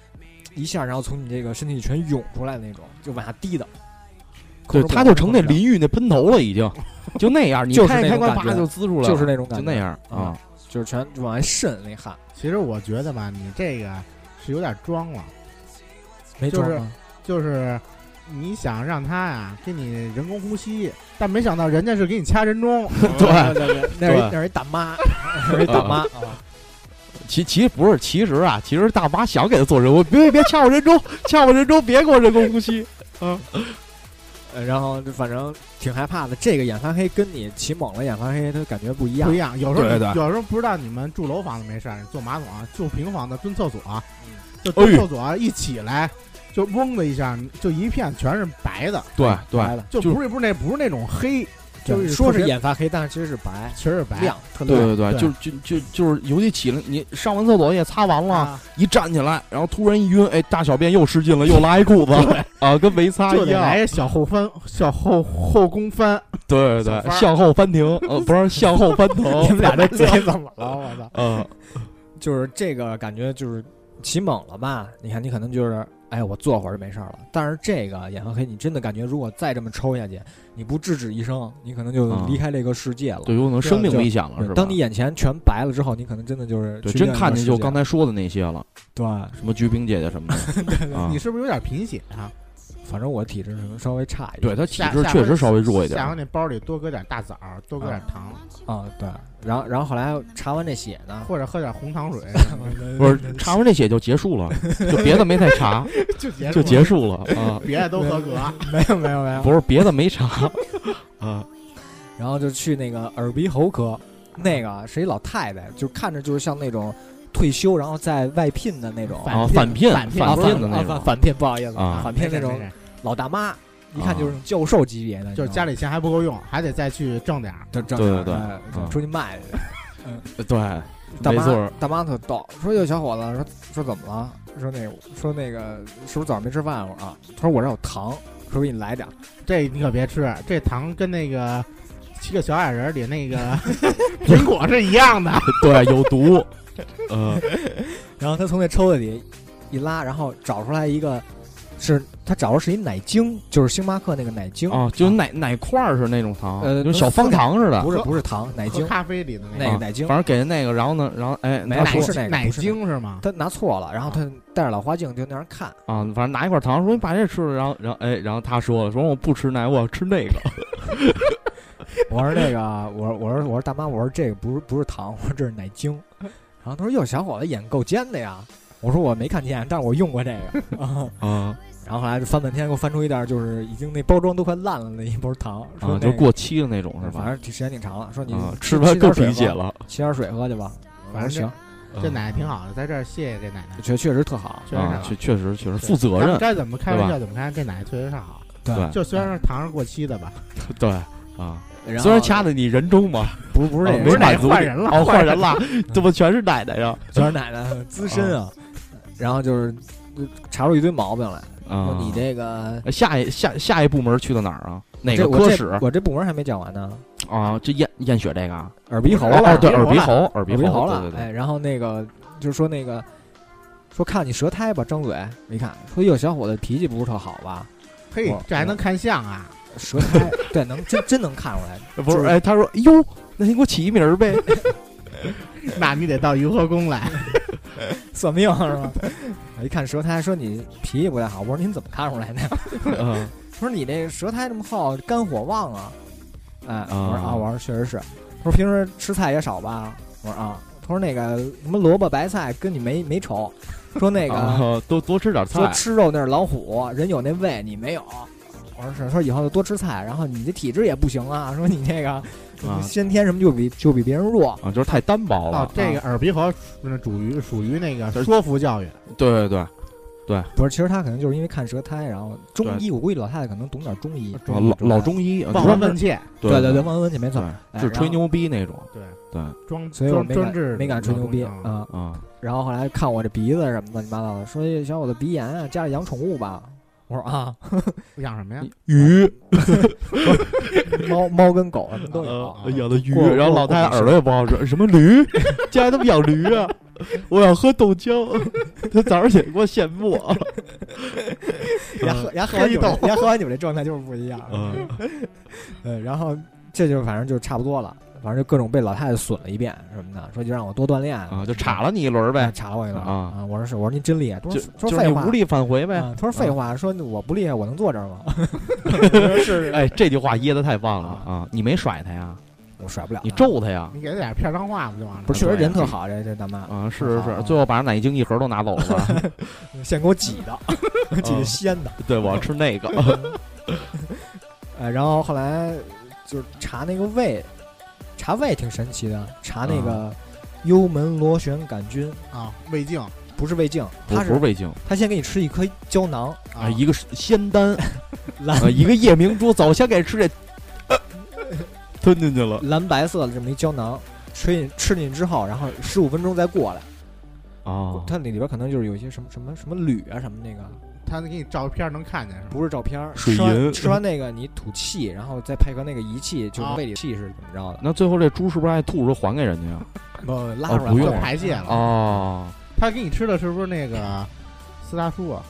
Speaker 5: 一下，然后从你这个身体里全涌出来的那种，就往下滴的。
Speaker 6: 对，
Speaker 5: 口中
Speaker 6: 他就成那
Speaker 5: 口中
Speaker 6: 淋浴那喷头了，已
Speaker 5: [LAUGHS]
Speaker 6: 经，就那样，你
Speaker 5: 就是
Speaker 6: 开开
Speaker 5: 那种
Speaker 6: 关
Speaker 5: 感
Speaker 6: 啪
Speaker 5: 觉
Speaker 6: 就滋出来了，
Speaker 5: 就是那种感
Speaker 6: 就
Speaker 5: 觉，
Speaker 6: 那样啊
Speaker 5: 啊，就是全就往外渗那汗，
Speaker 4: 其实我觉得吧，你这个是有点装了，
Speaker 5: 没啊
Speaker 4: 就是
Speaker 5: 装吗
Speaker 4: 就是你想让他呀给你人工呼吸，但没想到人家是给你掐人中，
Speaker 6: [LAUGHS] 啊对
Speaker 5: [LAUGHS]
Speaker 4: 对对，
Speaker 5: 那是一
Speaker 6: 对
Speaker 5: 那是一大 [LAUGHS] 妈，那是一大妈
Speaker 4: [LAUGHS]
Speaker 5: 啊。
Speaker 6: 其其实不是，其实啊，其实大妈想给他做人工，别别掐我人中，掐我人中，别给我人工呼吸。
Speaker 5: 呃，然后就反正挺害怕的。这个眼发黑跟你起猛了眼发黑，它感觉不一样
Speaker 4: 不一。样。有时候
Speaker 6: 对对
Speaker 4: 有时候不知道你们住楼房的没事儿，坐马桶啊，住平房的蹲厕所啊，就
Speaker 6: 哎
Speaker 4: 蹲
Speaker 6: 呦
Speaker 4: 厕所啊一起来就嗡的一下，就一片全是白的，
Speaker 6: 对对，
Speaker 5: 白的，
Speaker 4: 就
Speaker 6: 就是
Speaker 4: 不是不是那不是那种黑，就
Speaker 5: 对
Speaker 4: 是
Speaker 5: 说
Speaker 4: 特
Speaker 5: 是
Speaker 4: 别
Speaker 5: 眼发黑，但是其实是白，
Speaker 4: 其实是白
Speaker 5: 亮，特亮。
Speaker 6: 对对对，
Speaker 4: 对
Speaker 6: 就是就就就是，尤其起来，你上完厕所也擦完了，
Speaker 4: 啊，
Speaker 6: 一站起来，然后突然一晕，哎，大小便又失禁了，又拉一裤子啊，跟没擦
Speaker 4: 就
Speaker 6: 一
Speaker 4: 得
Speaker 6: 样。
Speaker 4: 来小后翻，小后后空翻，
Speaker 6: 对对
Speaker 4: 小
Speaker 6: 对，
Speaker 4: 翻儿
Speaker 6: 向后翻腾，呃，不是向后翻腾。
Speaker 5: [LAUGHS] 你们
Speaker 6: [LAUGHS]
Speaker 5: 俩这嘴怎么了？我操！
Speaker 6: 呃，
Speaker 5: 就是这个感觉，就是起猛了吧？你看，你可能就是，哎，我坐会儿就没事儿了。但是这个眼发黑，你真的感觉，如果再这么抽下去，你不制止一声，你可能就
Speaker 6: 啊
Speaker 5: 离开这个世界了。
Speaker 6: 对，有可能生命危险了，
Speaker 5: 对
Speaker 6: 是吧？
Speaker 5: 当你眼前全白了之后，你可能真的就是
Speaker 6: 对
Speaker 5: 去另
Speaker 6: 真
Speaker 5: 一个
Speaker 6: 看见就
Speaker 5: 世界
Speaker 6: 刚才说的那些了，
Speaker 5: 对， [LAUGHS]
Speaker 6: 什么菊萍姐姐什么的啊
Speaker 4: 你是不是有点贫血啊？
Speaker 5: 反正我体质可能稍微差一
Speaker 6: 对
Speaker 5: 点。
Speaker 6: 他体
Speaker 4: 下
Speaker 6: 质
Speaker 4: 下
Speaker 6: 确
Speaker 4: 回
Speaker 6: 实稍微弱一点
Speaker 4: 下回。那包里多搁点大枣，多搁点糖，
Speaker 5: 啊、对。然后然后后来查完这血呢，
Speaker 4: 或者喝点红糖水，
Speaker 6: 不是查完这血就结束了，就别的没再查，
Speaker 4: 就结
Speaker 6: 就
Speaker 4: 束
Speaker 6: 结
Speaker 4: 了
Speaker 6: 束了啊。
Speaker 4: 别的都合格。
Speaker 5: [LAUGHS] 没有没有没有。
Speaker 6: 不是别的
Speaker 5: [LAUGHS]
Speaker 6: 没查啊，
Speaker 5: 然后就去那个耳鼻喉科，那个是一老太太，就看着就是像那种退休然后在外聘的那种。
Speaker 6: 啊返聘
Speaker 5: 返
Speaker 6: 返
Speaker 5: 聘
Speaker 6: 聘的那种
Speaker 5: 返聘，不好意思
Speaker 6: 啊
Speaker 5: 返聘那啊种
Speaker 4: 没事
Speaker 5: 老大妈，一看就是教授级别的，
Speaker 4: 没事就是家
Speaker 5: 里
Speaker 4: 里钱还不够用，还得再去挣点儿。
Speaker 5: 挣挣
Speaker 6: 对
Speaker 5: 点儿
Speaker 6: 对对
Speaker 5: 哎
Speaker 6: 嗯
Speaker 5: 出去卖去。
Speaker 6: 对，
Speaker 5: 大
Speaker 6: 没
Speaker 5: 妈
Speaker 6: 错儿
Speaker 5: 大妈特逗，说哟小伙子，说说怎么了？说那个说那个是不是早上没吃饭？我说啊，他说我这有糖，说给你来点儿。
Speaker 4: 这你可别吃，这糖跟那个《七个小矮人》里那个苹果是一样的。
Speaker 6: 对有
Speaker 5: [LAUGHS]
Speaker 6: 毒，呃，
Speaker 5: 然后他从那抽屉里一拉，然后找出来一个，是他找的是一奶精，就是星巴克哦那个奶精
Speaker 6: 啊，就奶奶块儿是那种糖，
Speaker 5: 呃
Speaker 6: 就小方糖似的，
Speaker 5: 不是
Speaker 4: 喝
Speaker 5: 不是糖，奶
Speaker 4: 喝
Speaker 5: 精，
Speaker 4: 咖啡里的
Speaker 5: 那
Speaker 4: 那
Speaker 5: 个
Speaker 6: 啊
Speaker 5: 奶精
Speaker 6: 反正给人那个，然后呢，然后哎，
Speaker 5: 没
Speaker 6: 他
Speaker 5: 奶
Speaker 6: 说
Speaker 5: 是那个
Speaker 4: 奶
Speaker 5: 不是
Speaker 4: 精是吗？
Speaker 5: 他拿错了，然后他戴着老花镜就那样看，
Speaker 6: 啊，反正拿一块糖，说你把这吃了，然后然后哎，然后他说了，说我不吃奶，我要吃那个，
Speaker 5: [LAUGHS] 我说那个，啊我说我说我说大妈，我说这个不是不是糖，我说这是奶精。 [LAUGHS] 然后他说哟，小伙子眼够尖的呀。我说我没看见，但是我用过这个。啊
Speaker 6: 啊
Speaker 5: [LAUGHS] 然后后来就翻半天，给我翻出一袋，就是已经那包装都快烂了的一包糖，说、
Speaker 6: [LAUGHS] 啊，就过期的那种是
Speaker 5: 反
Speaker 6: 吧？
Speaker 5: 正挺时间挺长了，说你、
Speaker 6: 啊，吃完更理
Speaker 5: 理
Speaker 6: 解
Speaker 5: 解，
Speaker 6: 了，
Speaker 5: 沏点水喝去吧。
Speaker 4: 反
Speaker 5: 我
Speaker 4: 正
Speaker 5: 说行，啊
Speaker 6: 嗯
Speaker 4: 这这奶挺好的，在这儿谢谢这奶奶，
Speaker 5: 确确实特好。
Speaker 4: 确实
Speaker 6: 啊，
Speaker 4: 是
Speaker 6: 确确实确实负责
Speaker 4: 咱们
Speaker 6: 任，嗯
Speaker 4: 该怎么开玩笑怎么开，这奶奶确实是好。
Speaker 5: 对
Speaker 6: 对
Speaker 4: 就虽然是糖是过期的吧，
Speaker 6: 对啊，
Speaker 5: [LAUGHS] 然后
Speaker 6: 虽然掐的你人中嘛，
Speaker 5: 不不是
Speaker 6: 啊
Speaker 5: 那
Speaker 6: 没
Speaker 5: 个，
Speaker 6: 满足你
Speaker 4: 换人了
Speaker 6: 哦，换人了，怎么全是奶奶
Speaker 5: [LAUGHS]
Speaker 6: 呀？
Speaker 5: 全是奶奶很资深啊。然后就是呃查出一堆毛病来，说
Speaker 6: 啊，
Speaker 5: 你这个。
Speaker 6: 哎下一下下一部门去到哪儿啊？哪
Speaker 5: 这
Speaker 6: 个
Speaker 5: 我
Speaker 6: 科
Speaker 5: 这
Speaker 6: 室
Speaker 5: 我这部门还没讲完呢，
Speaker 6: 啊？这验验血这个啊
Speaker 5: 耳鼻喉
Speaker 4: 耳
Speaker 5: 了，
Speaker 6: 哦，对，
Speaker 4: 耳
Speaker 6: 耳
Speaker 4: 鼻
Speaker 6: 鼻
Speaker 4: 喉
Speaker 6: 喉，耳
Speaker 5: 哎耳
Speaker 6: 鼻
Speaker 5: 鼻喉
Speaker 6: 对
Speaker 5: 了
Speaker 6: 对，对，
Speaker 5: 哎，然后那个就是说那个说看你舌苔吧，张嘴一看，说哟，小伙子脾气不是特好吧？
Speaker 4: 嘿
Speaker 5: 我，
Speaker 4: 这还能看相啊？
Speaker 5: 舌 [LAUGHS] 苔对，能真真能看出来，
Speaker 6: 不，
Speaker 5: 就是
Speaker 6: 哎，他说，哎呦，那你给我起一名儿呗，
Speaker 4: [LAUGHS] 那你得到雍和宫来。
Speaker 5: 算命是吧？ [LAUGHS] 一看舌苔，说你脾气不太好。我说您怎么看出来的？
Speaker 6: [LAUGHS] 嗯
Speaker 5: [LAUGHS] 说你这舌苔这么厚，肝火旺啊？哎，我说
Speaker 6: 啊
Speaker 5: 啊，我说确实是。他说平时吃菜也少吧？我说啊。他说那个什么萝卜白菜跟你没没仇，说那个、
Speaker 6: 啊多多吃点
Speaker 5: [LAUGHS] 说
Speaker 6: 菜，
Speaker 5: 吃肉那是老虎，人有那胃，你没有。我说是，说以后就多吃菜，然后你这体质也不行啊，说你这个
Speaker 6: 啊
Speaker 5: 先天什么就比就比别人弱。
Speaker 6: 啊，就是太单薄
Speaker 4: 哦
Speaker 6: 了，，
Speaker 4: 这个耳鼻喉属于属于那个说服教育，
Speaker 6: 对对对，
Speaker 5: 不是，其实他可能就是因为看舌苔，然后中
Speaker 6: 对
Speaker 5: 医，我估计老太太可能懂点中医。
Speaker 6: 啊老老中医，啊
Speaker 4: 望
Speaker 6: 专
Speaker 4: 闻
Speaker 6: 门
Speaker 4: 问切。
Speaker 6: 对
Speaker 5: 对
Speaker 6: 对
Speaker 5: 对，，问问去没错。
Speaker 6: 对，
Speaker 5: 哎
Speaker 6: 就是吹，牛逼那种
Speaker 4: 对
Speaker 6: 对
Speaker 4: 装
Speaker 5: 然后所以我
Speaker 4: 装
Speaker 5: 没
Speaker 4: 专治
Speaker 5: 敢没敢吹牛逼啊、嗯
Speaker 6: 啊，
Speaker 5: 然后后来看我这鼻子什么乱七八糟的，说哎小伙子鼻炎啊，家里养宠物吧。我说啊，
Speaker 4: 养什么呀？
Speaker 6: 鱼
Speaker 5: [LAUGHS] 猫猫跟狗什么都有。
Speaker 6: 啊养的鱼，
Speaker 5: 呃哎过
Speaker 6: 然后
Speaker 5: 过
Speaker 6: 老太太
Speaker 5: 过
Speaker 6: 耳朵也不好使，什么驴， [LAUGHS] 家里他们养驴啊，我想喝豆浆， [LAUGHS] 他早上起来给我现磨，
Speaker 5: 牙 [LAUGHS] 喝牙喝完酒，牙喝完酒这状态就是不一样。
Speaker 6: 呃嗯
Speaker 5: 嗯，然后这就反正就差不多了，反正就各种被老太太损了一遍什么的，说就让我多锻炼
Speaker 6: 啊，就查了你一轮儿呗，
Speaker 5: 查了我一轮
Speaker 6: 啊
Speaker 5: 我说是，我说您真厉害，他
Speaker 6: 就
Speaker 5: 说
Speaker 6: 就
Speaker 5: 说
Speaker 6: 是
Speaker 5: 废
Speaker 6: 你
Speaker 5: 话
Speaker 6: 无力返回呗
Speaker 5: 啊，他说废话，说我不厉害，我能坐这儿吗？ [LAUGHS]
Speaker 6: 是，哎，这句话噎得太棒了啊！你没甩他呀，
Speaker 5: 我甩不了，
Speaker 6: 你咒他呀，
Speaker 4: 你给他点片儿脏话不就完了吗？
Speaker 5: 不是确
Speaker 6: 对
Speaker 5: 实人特好，这这大妈
Speaker 6: 啊，是是
Speaker 5: 啊
Speaker 6: 是，最后把奶精一盒都拿走了吧，
Speaker 5: [LAUGHS] 现给我挤
Speaker 6: [LAUGHS]
Speaker 5: 的，挤
Speaker 6: 啊
Speaker 5: 的鲜的，
Speaker 6: 对，我要吃那个，
Speaker 5: [LAUGHS] 哎，然后后来就是查那个胃，查胃挺神奇的，查那
Speaker 6: 嗯
Speaker 5: 个幽门螺旋杆菌，
Speaker 4: 啊，胃镜啊
Speaker 5: 不是胃镜，
Speaker 6: 不不
Speaker 5: 它
Speaker 6: 是
Speaker 5: 是啊
Speaker 6: 味精
Speaker 5: 它先给你吃一颗胶囊，
Speaker 6: 啊，一个是仙丹，
Speaker 5: 蓝
Speaker 6: 啊，一个夜明珠，早先给吃这，呃吞进去
Speaker 5: [LAUGHS]
Speaker 6: 了
Speaker 5: 蓝白色的这么一胶囊，吃进吃进去之后，然后十五分钟再过来，
Speaker 6: 啊
Speaker 5: 它里边可能就是有一些什么什么什么铝啊什么那个，
Speaker 4: 他给你照片儿能看见是吧？
Speaker 5: 不是照片儿，
Speaker 6: 水
Speaker 5: 吃完
Speaker 6: 银嗯
Speaker 5: 吃完那个你吐气，然后再配合那个仪器，就是
Speaker 6: 哦
Speaker 4: 啊
Speaker 5: 胃里气是怎么着的？
Speaker 6: 那最后这猪是不是还吐出还给人家呀？
Speaker 5: 不拉
Speaker 6: 哦
Speaker 5: 出来
Speaker 6: 不
Speaker 5: 了
Speaker 6: 用
Speaker 4: 就排泄了。
Speaker 6: 哦，
Speaker 4: 他给你吃的是不是那个四大叔啊，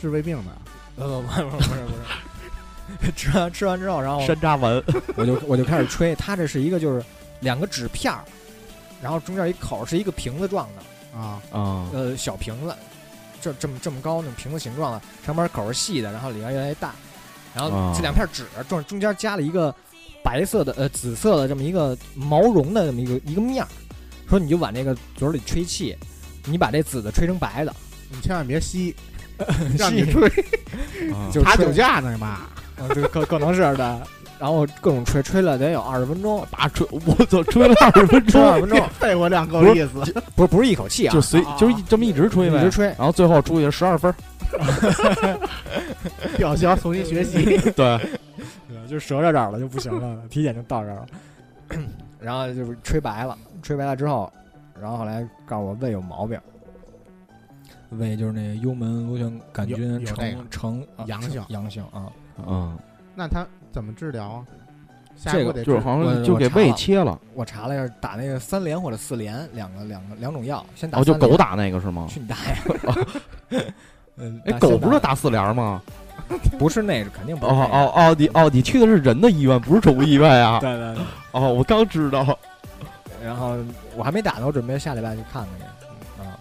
Speaker 4: 治胃病的？
Speaker 5: 呃，不是不是不是不是， [LAUGHS] 吃完吃完之后，然后
Speaker 6: 山楂丸
Speaker 5: 我就我就开始吹，它这是一个就是两个纸片儿，然后中间一口是一个瓶子状的，
Speaker 4: 啊，
Speaker 6: 啊
Speaker 5: 呃，小瓶子，这这么这么高那种瓶子形状的，上边口是细的，然后里面越来越大，然
Speaker 6: 哦
Speaker 5: 后这两片纸中中间加了一个白色的呃紫色的这么一个毛绒的这么一个一个面儿，说你就往这个嘴儿里吹气，你把这紫的吹成白的，
Speaker 4: 你千万别
Speaker 5: [LAUGHS]
Speaker 4: 吸，让你
Speaker 5: 吸
Speaker 4: 吹
Speaker 6: 啊
Speaker 5: [LAUGHS] 就是
Speaker 4: 查
Speaker 5: 吹
Speaker 4: 酒驾呢妈，
Speaker 5: 啊，对，可可能是的。然后各种吹，吹了得有二十分钟，
Speaker 6: 把吹，我操，吹了二十分
Speaker 5: [LAUGHS] 吹二
Speaker 6: 钟，
Speaker 5: 十分钟，
Speaker 4: [LAUGHS] 肺活量够
Speaker 6: 不是
Speaker 4: 意思。
Speaker 5: 不哦是不是一口气啊，
Speaker 6: 就随
Speaker 4: 啊
Speaker 6: 就是一这么一直吹
Speaker 5: 一
Speaker 6: 呗，
Speaker 5: 直吹，
Speaker 6: 然后最后出去十二分，
Speaker 4: 吊销重新学习。
Speaker 6: 对，
Speaker 5: [LAUGHS] 对就折到这儿了就不行 [LAUGHS] 了，体检就到这儿了。 [COUGHS] 然后就是吹白了，吹白了之后，然后后来告诉我胃有毛病，胃就是那个幽门螺旋杆
Speaker 4: 有
Speaker 5: 菌
Speaker 4: 有
Speaker 5: 呈
Speaker 4: 这个
Speaker 5: 呈啊
Speaker 4: 阳
Speaker 5: 呈
Speaker 4: 性
Speaker 5: 阳性啊，
Speaker 6: 嗯，
Speaker 4: 那他怎么治疗啊？下
Speaker 5: 这
Speaker 4: 一步
Speaker 5: 个
Speaker 4: 得
Speaker 6: 就是
Speaker 4: 治
Speaker 6: 好
Speaker 5: 我
Speaker 6: 像就
Speaker 5: 我
Speaker 6: 给
Speaker 5: 查
Speaker 6: 胃
Speaker 5: 了
Speaker 6: 切了，
Speaker 5: 我查了一下，打那个三联或者四联两个两个两种药，先打
Speaker 6: 哦，就
Speaker 5: 三联
Speaker 6: 狗，打那个是吗？
Speaker 5: 去你大爷！ [LAUGHS] 嗯，
Speaker 6: 哎，
Speaker 5: 打
Speaker 6: 狗
Speaker 5: 先
Speaker 6: 不是
Speaker 5: 打
Speaker 6: 打四联吗？
Speaker 5: 不是那个，肯定
Speaker 6: [LAUGHS]
Speaker 5: 不
Speaker 6: 哦
Speaker 5: 是那个
Speaker 6: 哦哦，你哦你去的是人的医院，不是宠物医院 [LAUGHS] 啊？
Speaker 5: 对对对。
Speaker 6: 哦，我刚知道，
Speaker 5: 然后我还没打呢，我准备下礼拜去看看去。嗯啊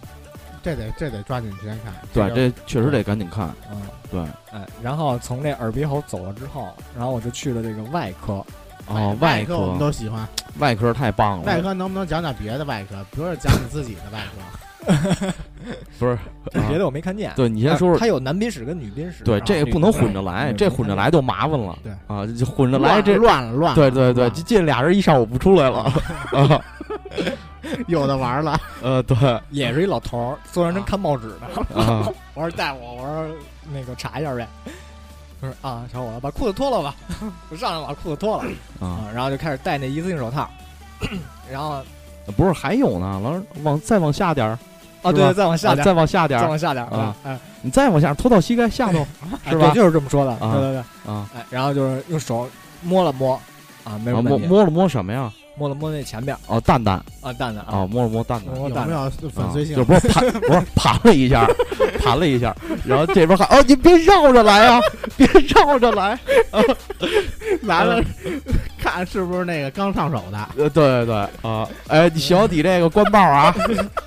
Speaker 4: 这得这得抓紧时间看。
Speaker 6: 对，
Speaker 4: 个
Speaker 6: 这确实得赶紧看，
Speaker 5: 嗯。
Speaker 6: 对，
Speaker 5: 哎，然后从这耳鼻喉走了之后，然后我就去了这个外科，
Speaker 6: 哦，
Speaker 4: 外科我们
Speaker 6: 科哦
Speaker 4: 都喜欢。
Speaker 6: 外科太棒了，
Speaker 4: 外科能不能讲讲别的外科？比如说讲你自己的外科，
Speaker 6: 不是啊
Speaker 5: 别的我没看见。
Speaker 6: 对你先说
Speaker 5: 它
Speaker 6: 说，
Speaker 5: 有男宾室跟女宾室。
Speaker 6: 对
Speaker 5: 啊
Speaker 6: 这个不能混着来，
Speaker 5: 嗯
Speaker 6: 这混着来就麻烦了，
Speaker 4: 对
Speaker 6: 啊，就混着来这，
Speaker 4: 乱了乱了。
Speaker 6: 对对对，
Speaker 4: 乱
Speaker 6: 就这俩人一上午不出 [LAUGHS] 来了，啊，
Speaker 4: 了有的玩了。
Speaker 6: 呃，对，
Speaker 5: 也是一老头儿，坐那
Speaker 4: 啊
Speaker 5: 正看报纸呢。
Speaker 6: 啊，
Speaker 5: [LAUGHS] 我说带我，我说那个查一下呗。他说啊，小伙子，把裤子脱了吧。 [LAUGHS] 我上来把裤子脱了
Speaker 6: 啊，
Speaker 5: 啊，然后就开始戴那一次性手套， [CLEARS THROAT] 然后
Speaker 6: [LAUGHS] 不是还有呢，老师往再往下点儿，
Speaker 5: 啊，
Speaker 6: 是吧
Speaker 5: 对，再往下
Speaker 6: 啊
Speaker 5: 点儿，
Speaker 6: 再往下点
Speaker 5: 再
Speaker 6: 儿，
Speaker 5: 往下点儿
Speaker 6: 啊，
Speaker 5: 哎，
Speaker 6: 你再往下拖到膝盖下 [LAUGHS] 头
Speaker 5: 哎
Speaker 6: 是吧
Speaker 5: 对就是这么说的，
Speaker 6: 啊
Speaker 5: 对对对。
Speaker 6: 啊，
Speaker 5: 哎，然后就是用手摸了摸，啊，没什
Speaker 6: 然后
Speaker 5: 么
Speaker 6: 摸
Speaker 5: 问题，
Speaker 6: 摸了摸什么呀？
Speaker 5: 摸了摸那前边儿
Speaker 6: 哦，蛋蛋
Speaker 5: 啊，蛋蛋
Speaker 6: 啊，
Speaker 5: 啊，
Speaker 6: 摸了摸蛋蛋
Speaker 5: 摸。
Speaker 4: 有
Speaker 5: 了摸蛋
Speaker 4: 没
Speaker 5: 蛋，
Speaker 4: 有粉碎性
Speaker 6: 啊就？不是盘，不是盘了一下，盘了一下，然后这边喊：“哦，你别绕着来啊，别绕着来。
Speaker 4: 来了，看是不是那个刚上手的？”
Speaker 6: [LAUGHS] 呃，对对对啊，哎，你小底这个官帽啊，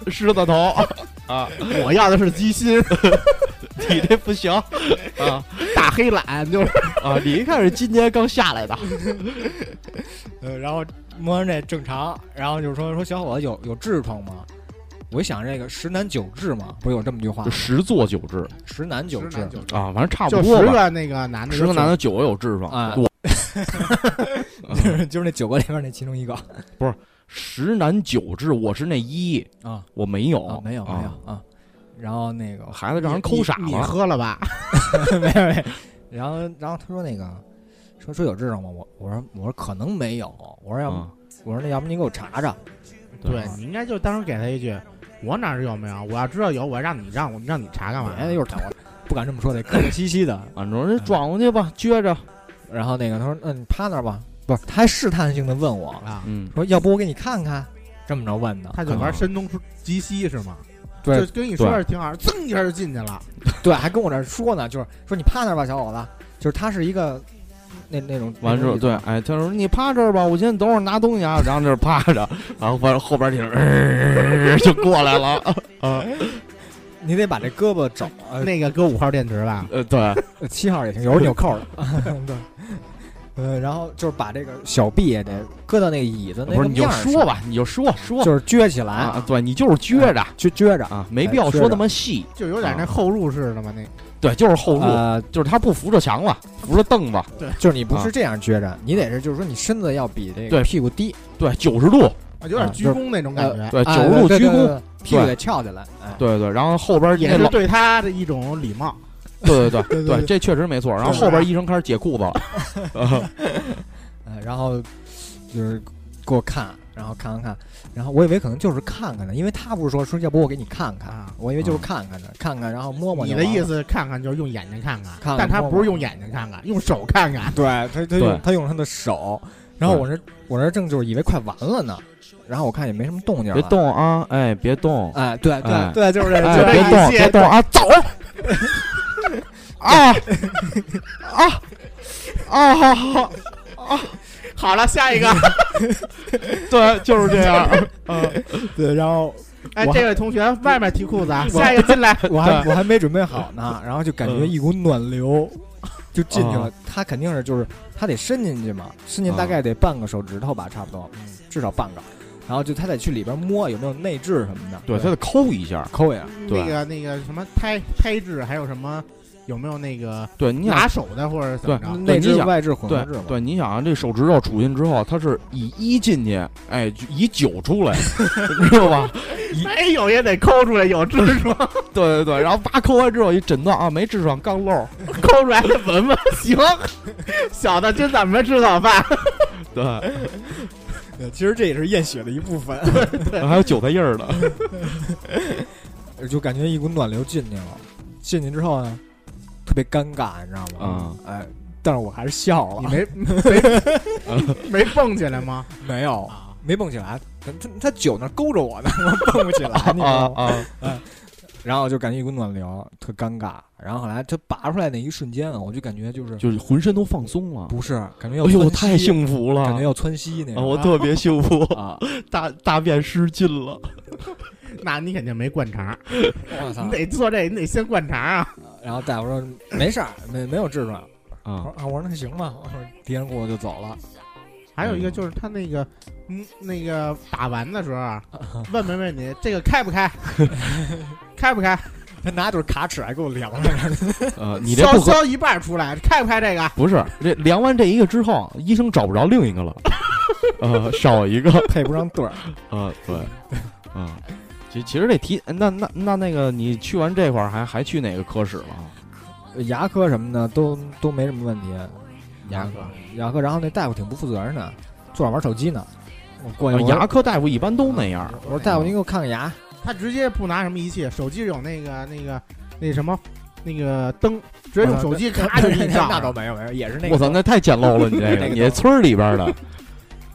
Speaker 6: 狮子头啊，
Speaker 4: 我要的是鸡心，
Speaker 6: [LAUGHS] 你这不行啊
Speaker 4: 大黑懒，就是
Speaker 6: 啊！你一看是今年刚下来的，
Speaker 5: 呃，然后摸完这正常，然后就说说小伙子有有痔疮吗？我一想这个十男九痔嘛，不是有这么句话
Speaker 6: 就，十坐九痔
Speaker 5: 十男九痔，
Speaker 6: 啊，反正差
Speaker 4: 就
Speaker 6: 不
Speaker 4: 十
Speaker 6: 多吧。
Speaker 4: 个那个男的，
Speaker 6: 十个男的九个有痔疮
Speaker 5: 啊，
Speaker 6: 我
Speaker 5: [LAUGHS] 就是就是那九个里面那其中一个
Speaker 6: 十男九痔，我是那一，
Speaker 5: 啊
Speaker 6: 我没有
Speaker 5: 啊，没有没
Speaker 6: 啊
Speaker 5: 有啊，然后那个
Speaker 6: 孩子让人
Speaker 4: 你
Speaker 6: 抠傻
Speaker 4: 你
Speaker 6: 了，
Speaker 4: 喝了吧？
Speaker 5: [LAUGHS] 没有没有，然后然后他说那个说说有痔疮吗？我我说我说可能没有，我说要不、
Speaker 6: 啊
Speaker 5: 我说那要不您给我查查，
Speaker 4: 对你应该就当时给他一句：“我哪儿有没有？我要知道有，我让你让我让你查干嘛？”
Speaker 6: 哎
Speaker 5: 别又是我不敢这么说，得客客气气的。
Speaker 6: 啊，你说这转过去吧，撅着，
Speaker 5: 然后那个他说：“那你趴那儿吧。”不是，他还试探性的问我
Speaker 4: 啊，
Speaker 6: 嗯，
Speaker 5: 说：“要不我给你看看？”这么着问的。
Speaker 4: 他就玩声东出击西是吗？
Speaker 5: 对
Speaker 4: 就跟你说是挺好，噌一下就进去了。
Speaker 5: 对，还跟我这儿说呢，就是说你趴那儿吧，小伙子。就是他是一个那那种
Speaker 6: 完之后，对，哎，他说你趴这儿吧，我先等会儿拿东西啊，然后这儿趴 [LAUGHS] 着，然后反正后边儿 [LAUGHS] 就就过来了，啊，
Speaker 5: 你得把这胳膊肘呃
Speaker 4: 那个搁五号电池吧，
Speaker 6: 呃，对，
Speaker 5: 七号也行，有时候纽扣的。 [LAUGHS] 对，呃，然后就是把这个小臂也得搁到那个椅子那
Speaker 6: 啊不
Speaker 5: 个
Speaker 6: 是你就
Speaker 5: 面儿
Speaker 6: 说
Speaker 5: 上，
Speaker 6: 吧，你就说说
Speaker 5: 就是撅起来，
Speaker 6: 啊，对你就是撅着
Speaker 5: 就撅着。
Speaker 6: 啊，没必要说那么细，啊
Speaker 4: 就有点那后入式的嘛。那
Speaker 6: 对，就是后入，
Speaker 5: 呃，
Speaker 6: 就是他不扶着墙了，扶着凳子，
Speaker 5: 就是你不
Speaker 6: 啊
Speaker 5: 是这样撅着，你得是，就是说你身子要比这
Speaker 6: 对
Speaker 5: 个屁股低，
Speaker 6: 对，九十度，啊
Speaker 4: 啊，有点鞠躬那种感觉，
Speaker 6: 对，九
Speaker 5: 哎
Speaker 6: 十度
Speaker 5: 对
Speaker 6: 鞠
Speaker 5: 对对
Speaker 6: 躬，
Speaker 5: 对屁股
Speaker 6: 对
Speaker 5: 得翘起来。哎，
Speaker 6: 对对，然后后边儿
Speaker 4: 也
Speaker 6: 那
Speaker 4: 是
Speaker 6: 老，
Speaker 4: 对他的一种礼貌。
Speaker 6: [LAUGHS] 对对对
Speaker 4: 对
Speaker 6: 对，
Speaker 4: 对
Speaker 6: 这确实没错，然后后边医生开始解裤子 [LAUGHS] 了，啊
Speaker 5: 呃，然后就是给我看，然后看看看，然后我以为可能就是看看呢，因为他不是说说要不我给你看看，
Speaker 4: 啊
Speaker 5: 我以为就是
Speaker 6: 啊
Speaker 5: 看看呢，看看然后摸摸。
Speaker 4: 你的意？思看看就是用眼睛看看，
Speaker 5: 看看
Speaker 4: 但他
Speaker 5: 摸摸
Speaker 4: 不是用眼睛看看，用手看
Speaker 5: [LAUGHS]
Speaker 4: 看。
Speaker 5: 对他，他
Speaker 6: 对
Speaker 5: 用他用了他的手，然后我这我这正就是以为快完了呢，然后我看也没什么动静，
Speaker 6: 别。动啊，哎，别动，
Speaker 5: 哎，对
Speaker 6: 哎
Speaker 5: 对对，就是这，
Speaker 6: 哎
Speaker 5: 就，
Speaker 6: 别
Speaker 5: 这意
Speaker 6: 动，
Speaker 5: 思
Speaker 6: 别动啊， [LAUGHS] 走！啊啊啊！好好，
Speaker 4: 好了，下一个
Speaker 6: 对，就是这样。嗯，
Speaker 5: 对，然后
Speaker 4: 哎，
Speaker 5: 我
Speaker 4: 这位同学外面提裤子啊，
Speaker 5: 我
Speaker 4: 下一个进
Speaker 5: [LAUGHS]
Speaker 4: 来。
Speaker 5: 我还我还没准备好呢，然后就感
Speaker 6: 嗯
Speaker 5: 觉一股暖流就进去
Speaker 6: 啊
Speaker 5: 了。他肯定是就是他得伸进去嘛，伸进大概得半个手指头吧，差不多，至少半个。然后就他得去里边摸有没有内痔什么的，
Speaker 6: [LAUGHS] 对，他得抠一下。
Speaker 5: 抠一下。
Speaker 6: 对
Speaker 4: 那个那个什么胎胎质，还有什么有没有那个
Speaker 6: 对，你想
Speaker 4: 拿手的或者怎么着？
Speaker 5: 内
Speaker 6: 啊对你
Speaker 5: 痔
Speaker 6: 想
Speaker 5: 外痔混
Speaker 6: 对
Speaker 5: 合痔嘛，
Speaker 6: 对，你想啊，这手指头杵进之后，它是以一进去，哎，就以九出来， [LAUGHS] 知道吧？
Speaker 4: 没有哎也得抠出来，有痔疮
Speaker 6: 对对对，然后叭抠完之后一诊断啊，没痔疮，肛瘘儿。
Speaker 4: 抠出来闻闻，行。小的今咱们吃早饭，
Speaker 6: 对，
Speaker 5: 对，其实这也是验血的一部分，
Speaker 6: 还有韭菜叶儿的。
Speaker 5: [LAUGHS] 就感觉一股暖流进去了。进去之后呢，特别尴尬，你知道
Speaker 6: 啊
Speaker 5: 吗？哎，但是我还是笑了。
Speaker 4: 你 [LAUGHS] 没没没蹦起来吗？
Speaker 5: 没有
Speaker 4: 啊，
Speaker 5: 没蹦起来，他他他酒那勾着我呢， [LAUGHS] 我蹦不起
Speaker 4: [LAUGHS]
Speaker 5: 来，你知道
Speaker 6: [LAUGHS] 啊
Speaker 5: 吗？
Speaker 6: 啊！
Speaker 5: 然后就感觉一股暖流，特尴尬。然后后来他拔出来那一瞬间啊，我就感觉就是
Speaker 6: 就是浑身都放松了。
Speaker 5: 不是感觉要
Speaker 6: 哎呦，
Speaker 5: 窜
Speaker 6: 太
Speaker 5: 稀
Speaker 6: 幸福了，
Speaker 5: 感觉要窜稀那
Speaker 6: 啊
Speaker 5: 种
Speaker 6: 我特别幸福，
Speaker 5: 啊！
Speaker 6: [LAUGHS] 大大便失禁了。
Speaker 4: 那你肯定没灌肠，
Speaker 5: 我操
Speaker 4: 你！得做这，你得先灌肠啊。
Speaker 5: 然后大夫说没事儿，没没有痔疮。我
Speaker 6: 啊
Speaker 5: 说啊，我说那行吧，我说提上裤子就走了。
Speaker 4: 还有一个就是他那个，嗯，那个打完的时候 [LAUGHS] 啊，问没问你这个开不 [LAUGHS] 开？开不开？
Speaker 5: 他拿就是卡尺来给我量着，
Speaker 6: 呃，你这
Speaker 4: 削
Speaker 6: 不合
Speaker 4: 削一半出来，开不开这个？
Speaker 6: 不是这量完这一个之后，医生找不着另一个了， [LAUGHS] 呃，少一个，
Speaker 5: [LAUGHS] 配不上对儿。
Speaker 6: 呃，对，啊，其其实这题，那那那那个你去完这块儿还还去哪个科室了？
Speaker 5: 牙科什么的都都没什么问题，
Speaker 4: 牙科
Speaker 5: 牙科。然后那大夫挺不负责任的，坐那玩手机呢。我过去
Speaker 6: 呃
Speaker 5: 我说
Speaker 6: 牙科大夫一般都那样，
Speaker 5: 我说大夫，您给我看看牙。
Speaker 4: 他直接不拿什么仪器，手机有那个那个那什么那个灯，直接用手机咔就给你照
Speaker 5: 那倒
Speaker 4: 上。
Speaker 5: 没有没有，也是那个。
Speaker 6: 我操，那太简陋了，你这个，
Speaker 5: 那个
Speaker 6: 你这村儿里边的，
Speaker 5: 然啊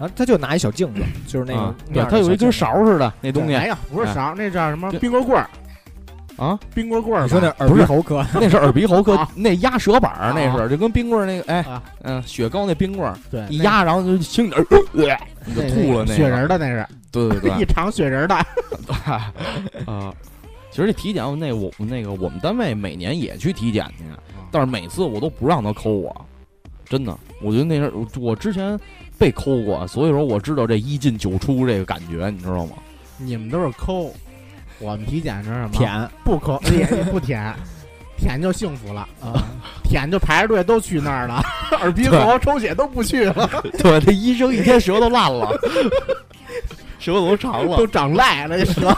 Speaker 5: 后他就拿一小镜子，就是那
Speaker 6: 啊
Speaker 5: 个，
Speaker 6: 对，
Speaker 5: 面儿
Speaker 6: 它
Speaker 5: 的小镜子，
Speaker 6: 有一根勺似的那东西
Speaker 4: 没有，哎不是勺，那叫什么
Speaker 6: 这
Speaker 4: 冰棍棍儿，
Speaker 6: 哎啊，
Speaker 4: 冰棍棍儿吧。
Speaker 5: 你说那耳
Speaker 6: 不
Speaker 5: 鼻
Speaker 6: 是
Speaker 5: 喉科，
Speaker 6: 那是耳鼻喉科
Speaker 4: 啊
Speaker 6: 那压舌板儿，那是就跟冰棍儿那个，哎
Speaker 4: 啊，
Speaker 6: 嗯，雪糕那冰棍儿
Speaker 4: 对，
Speaker 6: 一压，然后就轻
Speaker 5: [LAUGHS]
Speaker 6: 点儿，呃你就
Speaker 4: 那
Speaker 6: 吐了那个
Speaker 4: 雪人儿的那是，
Speaker 6: 对对对
Speaker 4: [LAUGHS] 一，尝雪人儿的。
Speaker 6: 啊、 [LAUGHS] 其实这体检那我那个我们单位每年也去体检去，
Speaker 4: 啊
Speaker 6: 但是每次我都不让他抠我，真的，我觉得那是我我之前被抠过，所以说我知道这一进九出这个感觉，你知道吗？ [LAUGHS]
Speaker 4: 你们都是抠，我们体检是什么？
Speaker 5: 舔
Speaker 4: 不抠，也也不舔，舔就幸福了啊！舔就排着队都去那儿了，耳鼻喉抽血都不去了，
Speaker 6: 对，这医生一天舌头烂了， [LAUGHS] 舌头都长了
Speaker 4: 都，长癞了，这
Speaker 6: [LAUGHS]
Speaker 4: 舌。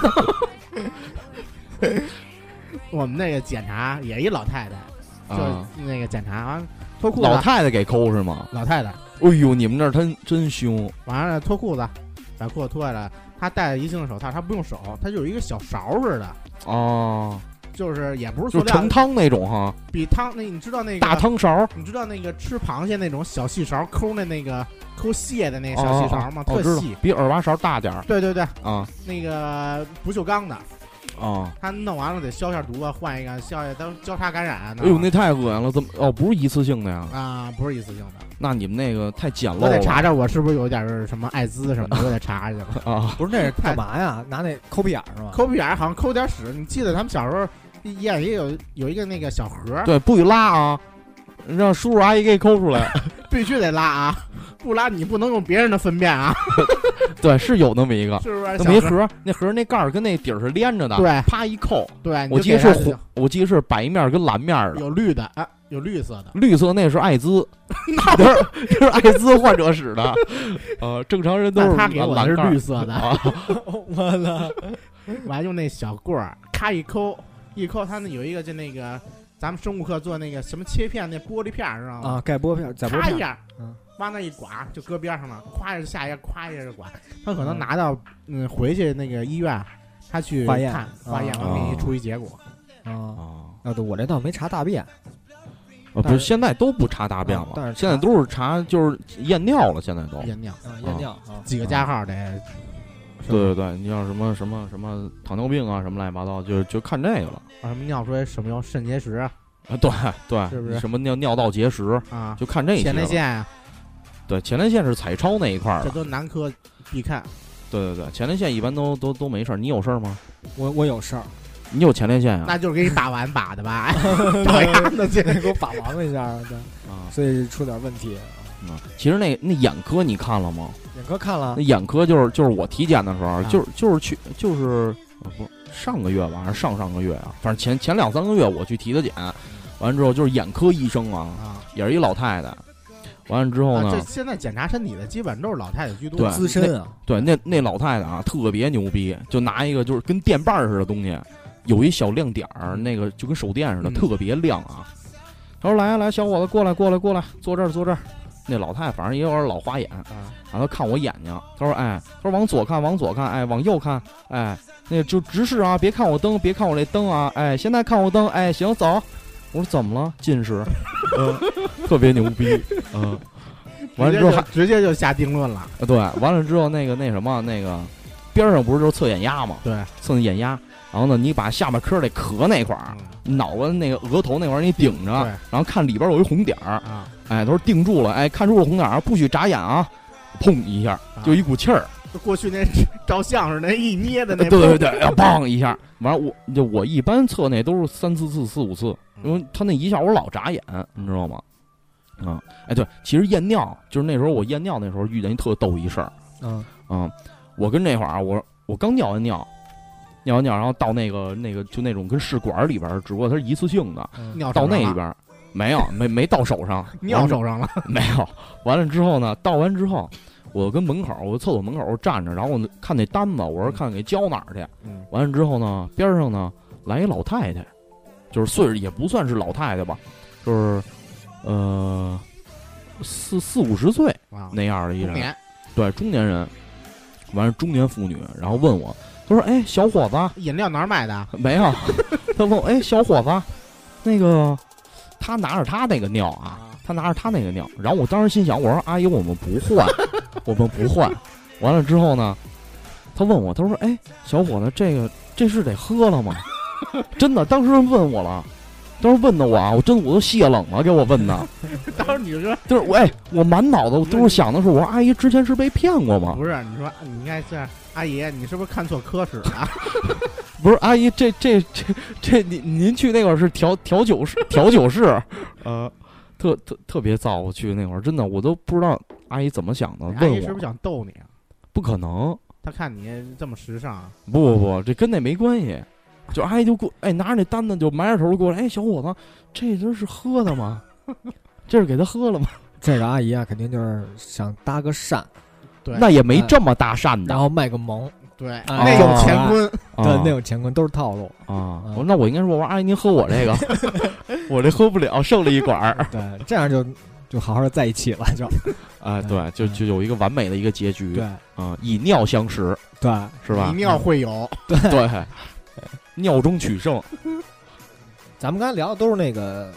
Speaker 4: 我们那个检查也一老太太，
Speaker 6: 啊，
Speaker 4: 就那个检查完脱裤子，
Speaker 6: 老太太给抠是吗？
Speaker 4: 老太太
Speaker 6: 哎呦，你们那儿真真凶
Speaker 4: 完了脱裤子，把裤子脱下来，她戴了一性手套，她不用手，她就有一个小勺似的，
Speaker 6: 啊，
Speaker 4: 就是也不是
Speaker 6: 就
Speaker 4: 塑
Speaker 6: 是盛
Speaker 4: 料，
Speaker 6: 汤那种哈，
Speaker 4: 比汤那你知道那个
Speaker 6: 大汤勺儿，
Speaker 4: 你知道那个吃螃蟹那种小细勺抠那那个抠蟹的那个
Speaker 6: 哦
Speaker 4: 小
Speaker 6: 哦
Speaker 4: 细勺吗？
Speaker 6: 哦
Speaker 4: 特
Speaker 6: 知道
Speaker 4: 细。
Speaker 6: 比耳挖勺大点儿
Speaker 4: 对对对，
Speaker 6: 啊
Speaker 4: 那个不锈钢的，
Speaker 6: 啊。
Speaker 4: 它弄完了得消一下毒啊，换一个消一下，都交叉感染啊。
Speaker 6: 哎呦，那太恶心了！怎么？哦，不是一次性的呀？
Speaker 4: 啊不是一次性的，
Speaker 6: 那你们那个太简陋了。
Speaker 4: 我得查查我是不是有点儿什么艾滋什么的，我得
Speaker 6: [LAUGHS]
Speaker 4: 查一下。
Speaker 6: 啊！
Speaker 5: 不是那是
Speaker 4: 太
Speaker 5: 干嘛呀？拿那抠鼻眼儿是吗？
Speaker 4: 抠鼻眼儿好像抠点屎，你记得咱们小时候医院也有有一个那个小盒儿，
Speaker 6: 对，不许拉啊！让叔叔阿姨给抠出来。
Speaker 4: [LAUGHS] 必须得拉啊，不拉你不能用别人的粪便啊，
Speaker 6: 对，是有那么一个，
Speaker 4: 是不是？
Speaker 6: 那么一
Speaker 4: 小盒儿
Speaker 6: 盒，那盒那盖儿跟那底儿是连着的。
Speaker 4: 对
Speaker 6: 啪一扣，
Speaker 4: 对，你
Speaker 6: 我
Speaker 4: 就
Speaker 6: 记得
Speaker 4: 给
Speaker 6: 是
Speaker 4: 它
Speaker 6: 红，我记得是白面儿跟蓝面儿的，
Speaker 4: 有绿的啊，有绿色的。
Speaker 6: 绿色那是艾
Speaker 4: [LAUGHS]
Speaker 6: 滋，那是那是艾滋患者使的。呃，正常人都是
Speaker 4: 那他给我的是
Speaker 6: 蓝盖儿
Speaker 4: 绿色的， [LAUGHS]
Speaker 6: 啊。
Speaker 4: 我了，我还用那小棍儿咔一抠，一抠它那有一个就那个咱们生物课做那个什么切片那玻璃片儿，知道吗？
Speaker 5: 啊，盖玻片，在玻
Speaker 4: 咔一
Speaker 5: 片，
Speaker 4: 下
Speaker 5: 嗯，
Speaker 4: 往那一刮就搁边上了，咵一下下一下，咵一下就刮。他可能
Speaker 5: 嗯
Speaker 4: 拿到嗯回去那个医院，他去
Speaker 5: 化验
Speaker 4: 看化验，
Speaker 5: 啊
Speaker 4: 我给你出一结果。
Speaker 5: 啊
Speaker 6: 啊
Speaker 5: 啊！对，我这倒没查大便，
Speaker 6: 啊，不
Speaker 5: 但
Speaker 6: 是，
Speaker 5: 是
Speaker 6: 现在都不查大便
Speaker 5: 啊但
Speaker 6: 了，
Speaker 5: 是
Speaker 6: 现在
Speaker 5: 查
Speaker 6: 都是查就是验尿了，现在都。
Speaker 4: 验尿
Speaker 5: 啊，验尿啊，
Speaker 4: 几个加号得
Speaker 6: 对对对，你像什么什么什么糖尿病啊，什么乱七八糟，就就看这个了。
Speaker 4: 啊什么尿出来什么有肾结石啊
Speaker 6: 啊，对对，
Speaker 4: 是不是
Speaker 6: 什么尿尿道结石，
Speaker 4: 啊，
Speaker 6: 就看这些
Speaker 4: 前列
Speaker 6: 了。
Speaker 4: 腺啊，
Speaker 6: 对前列腺是彩超那一块儿
Speaker 4: 这
Speaker 6: 的，
Speaker 4: 都男科必看。
Speaker 6: 对对对，前列腺一般都都都没事儿，你有事儿吗？
Speaker 5: 我我有事儿，
Speaker 6: 你有前列腺呀？
Speaker 4: 那就是给你把完把的吧，哎打样的这
Speaker 5: 给我把玩了一下，对，
Speaker 6: 啊，
Speaker 5: 所以出点问题。
Speaker 6: 嗯其实那那眼科你看了吗？
Speaker 5: 眼科看
Speaker 4: 啊
Speaker 5: 了
Speaker 6: 那，眼科就是就是我体检的时候，就是就是去就是呃不是上个月吧，还是上上个月啊，反正前前两三个月我去体的检，完之后就是眼科医生啊，
Speaker 4: 啊，
Speaker 6: 也是一老太太，完了之后
Speaker 4: 啊
Speaker 6: 呢，
Speaker 4: 这现在检查身体的基本都是老太太居多，
Speaker 6: 哦对
Speaker 5: 资深啊，
Speaker 6: 对那那老太太啊特别牛逼，就拿一个就是跟电棒似的东西，有一小亮点儿，那个就跟手电似的，
Speaker 4: 嗯
Speaker 6: 特别亮啊。他说来啊来，小伙子过来过来过来，坐这儿坐这儿。那老太太反正也有点老花眼，
Speaker 4: 啊，
Speaker 6: 然后看我眼睛，他说：“哎，他说往左看，往左看，哎，往右看，哎，那就直视啊，别看我灯，别看我那灯啊，哎，现在看我灯，哎，行，走。”我说：“怎么了？近视？ [LAUGHS] 嗯，特别牛逼。嗯，完了之后还
Speaker 4: 直接就直接就下定论了，
Speaker 6: 啊对，完了之后那个那什么那个边上不是就是测眼压吗？
Speaker 4: 对，
Speaker 6: 测那眼压。然后呢，你把下巴颏儿那壳那块儿，
Speaker 4: 嗯
Speaker 6: 脑子那个额头那块儿你顶着，
Speaker 4: 对
Speaker 6: 然后看里边有一红点儿，
Speaker 4: 啊，
Speaker 6: 哎，都是定住了，哎，看住了红点儿，不许眨眼啊，砰一下
Speaker 4: 啊
Speaker 6: 就一股气儿。
Speaker 4: 就过去那照相似的那一捏的那，
Speaker 6: 对对对，要砰一下，完了我就我一般测那都是三四次四五次，因
Speaker 4: 嗯
Speaker 6: 为他那一下我老眨眼，你知道吗？啊，哎对，其实验尿就是那时候我验尿那时候遇见一特逗一事儿
Speaker 5: 嗯，
Speaker 6: 啊，我跟那会儿啊，我我刚尿完尿，尿完尿然后到那个那个就那种跟试管里边儿，只不过它是一次性
Speaker 5: 哦
Speaker 6: 的，
Speaker 5: 嗯
Speaker 4: 尿
Speaker 6: 到
Speaker 4: 手上
Speaker 6: 那
Speaker 4: 了
Speaker 6: 边儿没有没没到手上，
Speaker 4: 啊尿手上了，
Speaker 6: 没有。完了之后呢，倒完之后，我跟门口，我厕所门口我站着，然后我看那单子，我说看给交哪儿去。
Speaker 4: 嗯
Speaker 6: 完了之后呢，边上呢来一老太太，就是岁数也不算是老太太吧，就是呃四四五十岁
Speaker 4: 啊，
Speaker 6: 那样的一
Speaker 4: 中
Speaker 6: 人，
Speaker 4: 年
Speaker 6: 对中年人，完了中年妇女，然后问我，她说：“哎，小伙子，
Speaker 4: 饮料哪儿
Speaker 6: [LAUGHS]
Speaker 4: 买的？
Speaker 6: 没有。”她问我：“哎，小伙子，那个他拿着他那个尿啊。”他拿着他那个尿，然后我当时心想，我说阿姨，我们不换，我们不换。完了之后呢，他问我，他说，哎，小伙子，这个这是得喝了吗？ [LAUGHS] 真的，当时问我了，当时问的我啊，我真我都泄冷了，给我问的， [LAUGHS]
Speaker 4: 当时你就说
Speaker 6: 就是我哎，我满脑子都是想的是，我说阿姨之前是被骗过吗？
Speaker 4: 不是，你说你应该是阿姨，你是不是看错科室
Speaker 6: 啊
Speaker 4: 了？
Speaker 6: 不是，阿姨，这这这这，您您去那会儿是调调酒室，调酒室，呃，特特特别燥，我去那会儿真的我都不知道阿姨怎么想的，
Speaker 4: 哎阿
Speaker 6: 问
Speaker 4: 姨是不
Speaker 6: 我
Speaker 4: 是想逗你？
Speaker 6: 不可能。
Speaker 4: 她看你这么时尚，啊
Speaker 6: 不不不，这跟那没关系。就阿姨就过，哎，拿着那单子就埋着头过来，哎，小伙子，这这是喝的吗？ [LAUGHS] 这是给他喝了吗？
Speaker 5: 这个阿姨啊，肯定就是想搭个讪，
Speaker 4: 对
Speaker 6: 那也哎没这么搭讪的
Speaker 5: 然后卖个萌，
Speaker 4: 对，
Speaker 5: 啊
Speaker 4: 那有乾坤，
Speaker 6: 啊
Speaker 5: 对，那种乾坤都是套 [LAUGHS] 路，
Speaker 6: 啊！
Speaker 5: 嗯
Speaker 6: 我说那我应该说，我说阿姨您喝我这个，我这喝不了，剩了一管
Speaker 5: [LAUGHS]
Speaker 6: 儿。
Speaker 5: 对，这样就就好好的在一起了，就
Speaker 6: 哎，对，就就有一个完美的一个结局
Speaker 5: 对
Speaker 6: 啊，以尿相识
Speaker 5: 对，
Speaker 6: 是吧
Speaker 4: 一？尿会有，
Speaker 6: 对，尿中取胜。
Speaker 5: 咱们刚才聊的都是那个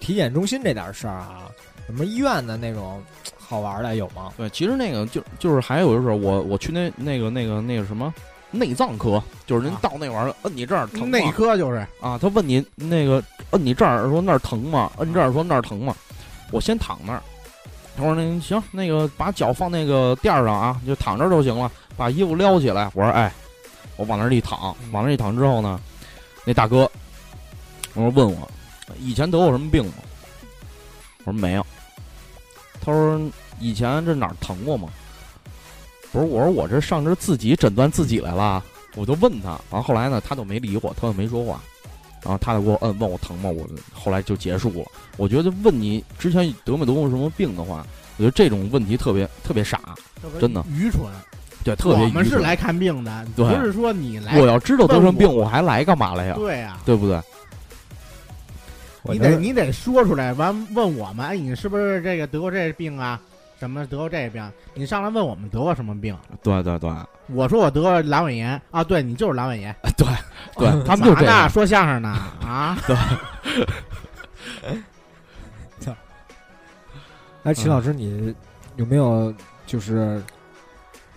Speaker 5: 体检中心这点事儿啊，什么医院的那种好玩的有吗？
Speaker 6: 对，其实那个就就是还有就是我我去那那个那个那个什么内脏科，就是人
Speaker 4: 啊
Speaker 6: 到那玩意儿摁你这儿疼吗
Speaker 4: 内科就是
Speaker 6: 啊，他问你那个摁你这儿说那儿疼吗？摁这儿说那儿疼吗？我先躺那儿。他说那行，那个把脚放那个垫儿上啊，就躺这儿就行了，把衣服撩起来。我说哎，我往那儿一躺，往那儿一躺之后呢，那大哥，我说问我以前得过什么病吗？我说没有。他说以前这哪儿疼过吗？不是，我说我这上这儿自己诊断自己来了，啊我就问他，完后来呢，他就没理我，他就没说话，然后他就给我摁，问我疼吗？我后来就结束了。我觉得问你之前得没得过什么病的话，我觉得这种问题特别特别傻，真的
Speaker 4: 愚蠢。
Speaker 6: 对，特别
Speaker 4: 我们
Speaker 6: 愚
Speaker 4: 是
Speaker 6: 蠢。
Speaker 4: 来看病的，
Speaker 6: 对
Speaker 4: 不是说你来。
Speaker 6: 我要知道得什么病，
Speaker 4: 问
Speaker 6: 我还来干嘛来呀？
Speaker 4: 对啊，
Speaker 6: 对不对？
Speaker 5: 我
Speaker 4: 你
Speaker 5: 觉
Speaker 4: 得
Speaker 5: 得
Speaker 4: 你得说出来，完问我们，哎，你是不是这个得过这病啊？什么得过这病？你上来问我们得过什么病？
Speaker 6: 对对对
Speaker 4: 我说我得过阑尾炎啊，对你就是阑尾炎。
Speaker 6: 对
Speaker 4: [LAUGHS]
Speaker 6: 对，他们就这
Speaker 4: 咋呢
Speaker 6: 样。
Speaker 4: 说相声呢
Speaker 6: [LAUGHS]
Speaker 4: 啊？
Speaker 5: 哎，齐老师，你有没有就是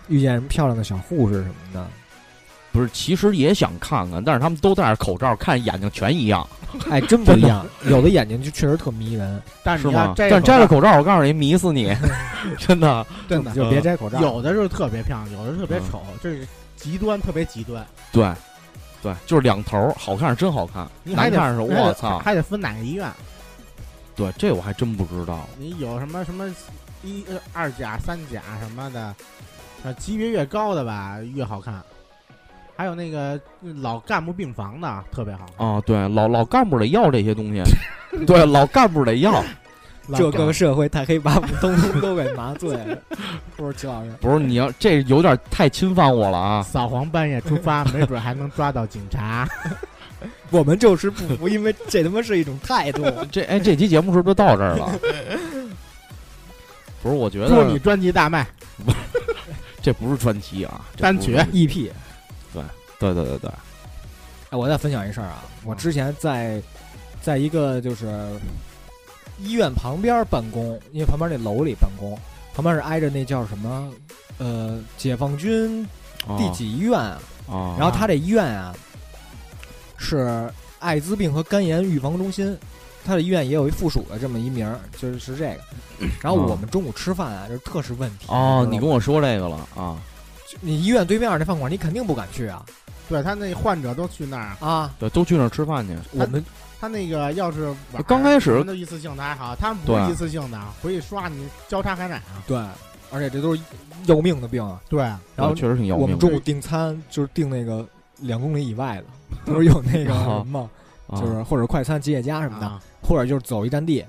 Speaker 5: 遇见什么漂亮的小护士什么的？
Speaker 6: 不是，其实也想看看，但是他们都戴着口罩，看眼睛全一样，
Speaker 5: [LAUGHS] 哎，真不一样，有的眼睛就确实特迷人，
Speaker 4: 但是
Speaker 6: 是
Speaker 4: 你要
Speaker 6: 吗？
Speaker 4: 摘
Speaker 6: 但摘了
Speaker 4: 口
Speaker 6: 口罩，我告诉你，迷死
Speaker 4: [LAUGHS]
Speaker 6: 你，真的。
Speaker 4: 罩真的
Speaker 5: 就别摘口罩。
Speaker 4: 有的就是特别漂亮，有的特别
Speaker 6: 嗯
Speaker 4: 丑，这是极端，特别极端。
Speaker 6: 对，对，就是两头儿，好看是真好看，
Speaker 4: 你还
Speaker 6: 难
Speaker 4: 得
Speaker 6: 看是
Speaker 4: 还得
Speaker 6: 我操。
Speaker 4: 还得分哪个医院。
Speaker 6: 对，这我还真不知道。
Speaker 4: 你有什么什么一呃二甲、三甲什么的，呃，级别越高的吧越好看。还有那个老干部病房的特别好看，
Speaker 6: 啊，对，老老干部得要这些东西，对，老干部得要。
Speaker 4: 老
Speaker 5: 这
Speaker 4: 干
Speaker 5: 个社会太黑，把我们通通都给麻醉 [LAUGHS] 了。不是齐老师，
Speaker 6: 不是你要这有点太侵犯我了啊！
Speaker 4: 扫黄半夜出发，没准还能抓到警
Speaker 6: [LAUGHS]
Speaker 4: 察。
Speaker 5: 我们就是不服，因为这他妈是一种态 [LAUGHS] 度。
Speaker 6: 这哎，这期节目是不是到这儿了？不是，我觉
Speaker 4: 祝你
Speaker 6: 得
Speaker 4: 专辑大卖，
Speaker 6: 这不是专辑啊，这
Speaker 4: 单
Speaker 6: 不
Speaker 4: 曲
Speaker 6: 是
Speaker 5: EP，
Speaker 6: 对对对对，
Speaker 5: E 哎，我再分享一事儿啊，我之前在在一个就是医院旁边办公，因为旁边那楼里办公，旁边是挨着那叫什么呃解放军
Speaker 6: 啊
Speaker 5: 第几医院啊，
Speaker 6: 啊，
Speaker 5: 然后他这医院啊是艾滋病和肝炎预防中心，他的医院也有一附属的这么一名儿，就是是这个。然后我们中午吃饭啊，就是特是问题
Speaker 6: 嗯哦，
Speaker 5: 知
Speaker 6: 你
Speaker 5: 道
Speaker 6: 跟
Speaker 5: 吗
Speaker 6: 我说这个了啊？
Speaker 5: 你医院对面那饭馆，你肯定不敢去啊
Speaker 4: 对他那患者都去那儿，
Speaker 5: 啊！
Speaker 6: 对，都去那儿吃饭去。
Speaker 5: 我们
Speaker 4: 他那个要是玩儿
Speaker 6: 刚开始
Speaker 4: 什么都一次性的还好，他们不是
Speaker 6: 对
Speaker 4: 一次性的，回去刷你交叉感染啊。
Speaker 5: 对，而且这都是要命的病啊。
Speaker 4: 对，
Speaker 5: 然后
Speaker 6: 确实挺要
Speaker 5: 我
Speaker 6: 命
Speaker 5: 们
Speaker 6: 的
Speaker 5: 中午订餐就是订那个两公里以外的，不是有那个什么，
Speaker 6: 啊，
Speaker 5: 就是或者快餐吉野家什么的，
Speaker 4: 啊，
Speaker 5: 或者就是走一站地，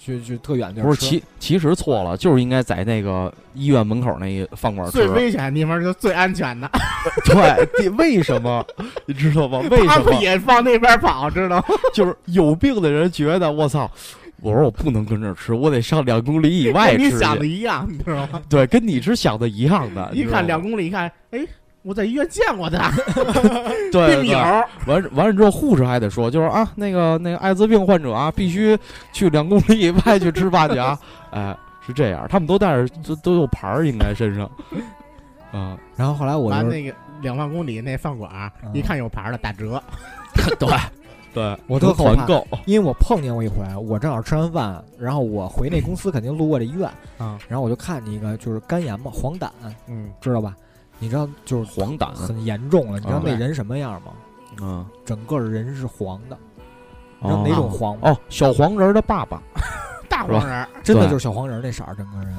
Speaker 5: 去去特远的地儿
Speaker 6: 不是
Speaker 5: 吃
Speaker 6: 其其实错了，就是应该在那个医院门口那个饭馆吃
Speaker 4: 最。危险的地方就是最安全的，
Speaker 6: 对，为什么？你知道吗？哦为
Speaker 4: [LAUGHS] 他
Speaker 6: 什么
Speaker 4: 们？也往那边跑，
Speaker 6: [LAUGHS]
Speaker 4: 知道吗？
Speaker 6: 就是有病的人觉得我操，我说我不能跟这儿吃，我得上两公里以外
Speaker 4: 跟
Speaker 6: 吃
Speaker 4: 你
Speaker 6: 去。
Speaker 4: 想的一样，你知道吗？
Speaker 6: 对，跟你是想的一样的。
Speaker 4: 一
Speaker 6: 你知道
Speaker 4: 看
Speaker 6: 吗
Speaker 4: 两公里，一看，哎，我在医院见过他，
Speaker 6: [LAUGHS] 对对
Speaker 4: 病友
Speaker 6: 对，完完了之后，护士还得说，就是啊，那个那个艾滋病患者
Speaker 4: [LAUGHS]
Speaker 6: 啊，必须去两公里以外去吃饭去啊。 [LAUGHS] 哎，是这样，他们都带着都都有牌儿，应该身
Speaker 4: [LAUGHS]
Speaker 6: 上。啊，
Speaker 5: 然后后来我
Speaker 4: 完
Speaker 5: 就
Speaker 4: 那个两万公里那饭馆儿
Speaker 5: 嗯，
Speaker 4: 一看有牌儿的打折，
Speaker 6: [LAUGHS] 对对，
Speaker 5: 我特后怕
Speaker 6: 团，购
Speaker 5: 因为我碰见过一回，我正好吃完饭，然后我回那公司肯定路过这医院，
Speaker 4: 啊，
Speaker 5: 然后我就看见一个就是肝炎嘛，黄疸，
Speaker 4: 嗯，
Speaker 5: 知道吧？你知道就是
Speaker 6: 黄疸，
Speaker 5: 很严重了，你
Speaker 4: 嗯
Speaker 5: 知道
Speaker 6: 啊
Speaker 5: 那人什么样吗？
Speaker 6: 嗯，
Speaker 5: 整个人是黄的，你知道哪种黄吗？
Speaker 6: 哦，小黄人的爸爸
Speaker 4: 大
Speaker 6: 是吧
Speaker 4: 黄人儿
Speaker 5: 真的
Speaker 6: 对
Speaker 5: 就是小黄人那色儿，整个人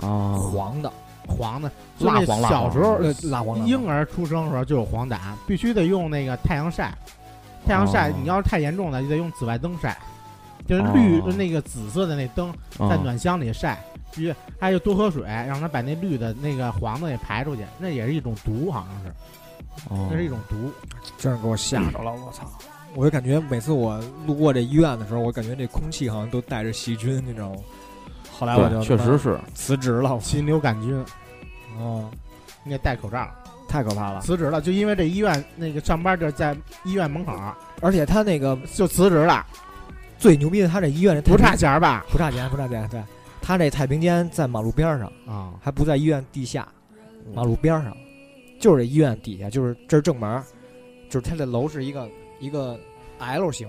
Speaker 6: 啊
Speaker 5: 黄的，
Speaker 4: 黄的，就
Speaker 6: 蜡
Speaker 4: 那
Speaker 6: 黄蜡
Speaker 4: 小
Speaker 6: 黄
Speaker 4: 时候
Speaker 5: 呃，蜡黄蜡黄
Speaker 4: 婴儿出生的时候就有黄疸，必须得用那个太阳晒。太阳晒，
Speaker 6: 哦
Speaker 4: 你要是太严重了，就得用紫外灯晒，就是绿、
Speaker 6: 哦
Speaker 4: 那个紫色的那灯
Speaker 6: 啊
Speaker 4: 在暖箱里晒。必须还有多喝水，让它把那绿的那个黄的给排出去，那也是一种毒，好像是，
Speaker 6: 哦
Speaker 4: 那是一种毒。
Speaker 6: 嗯
Speaker 5: 真是给我吓着了，我操！我就感觉每次我路过这医院的时候，我感觉这空气好像都带着细菌，你知道吗？后来我就
Speaker 6: 对，确
Speaker 5: 他妈
Speaker 6: 实是
Speaker 5: 辞职了，
Speaker 4: 禽流感菌，
Speaker 5: 哦，
Speaker 4: 你得戴口罩。
Speaker 5: 太可怕了！
Speaker 4: 辞职了，就因为这医院那个上班地儿在医院门口儿，
Speaker 5: 而且他那个
Speaker 4: 就辞职了，
Speaker 5: 最牛逼的，他这医院这太
Speaker 4: 不
Speaker 5: 平
Speaker 4: 差钱儿吧？
Speaker 5: 不差钱，不差钱，对，他这太平间在马路边上，
Speaker 4: 啊，
Speaker 5: 还不在医院地下，马路边上，就是这医院底下，就是这是正门，就是他这楼是一个一个 L 型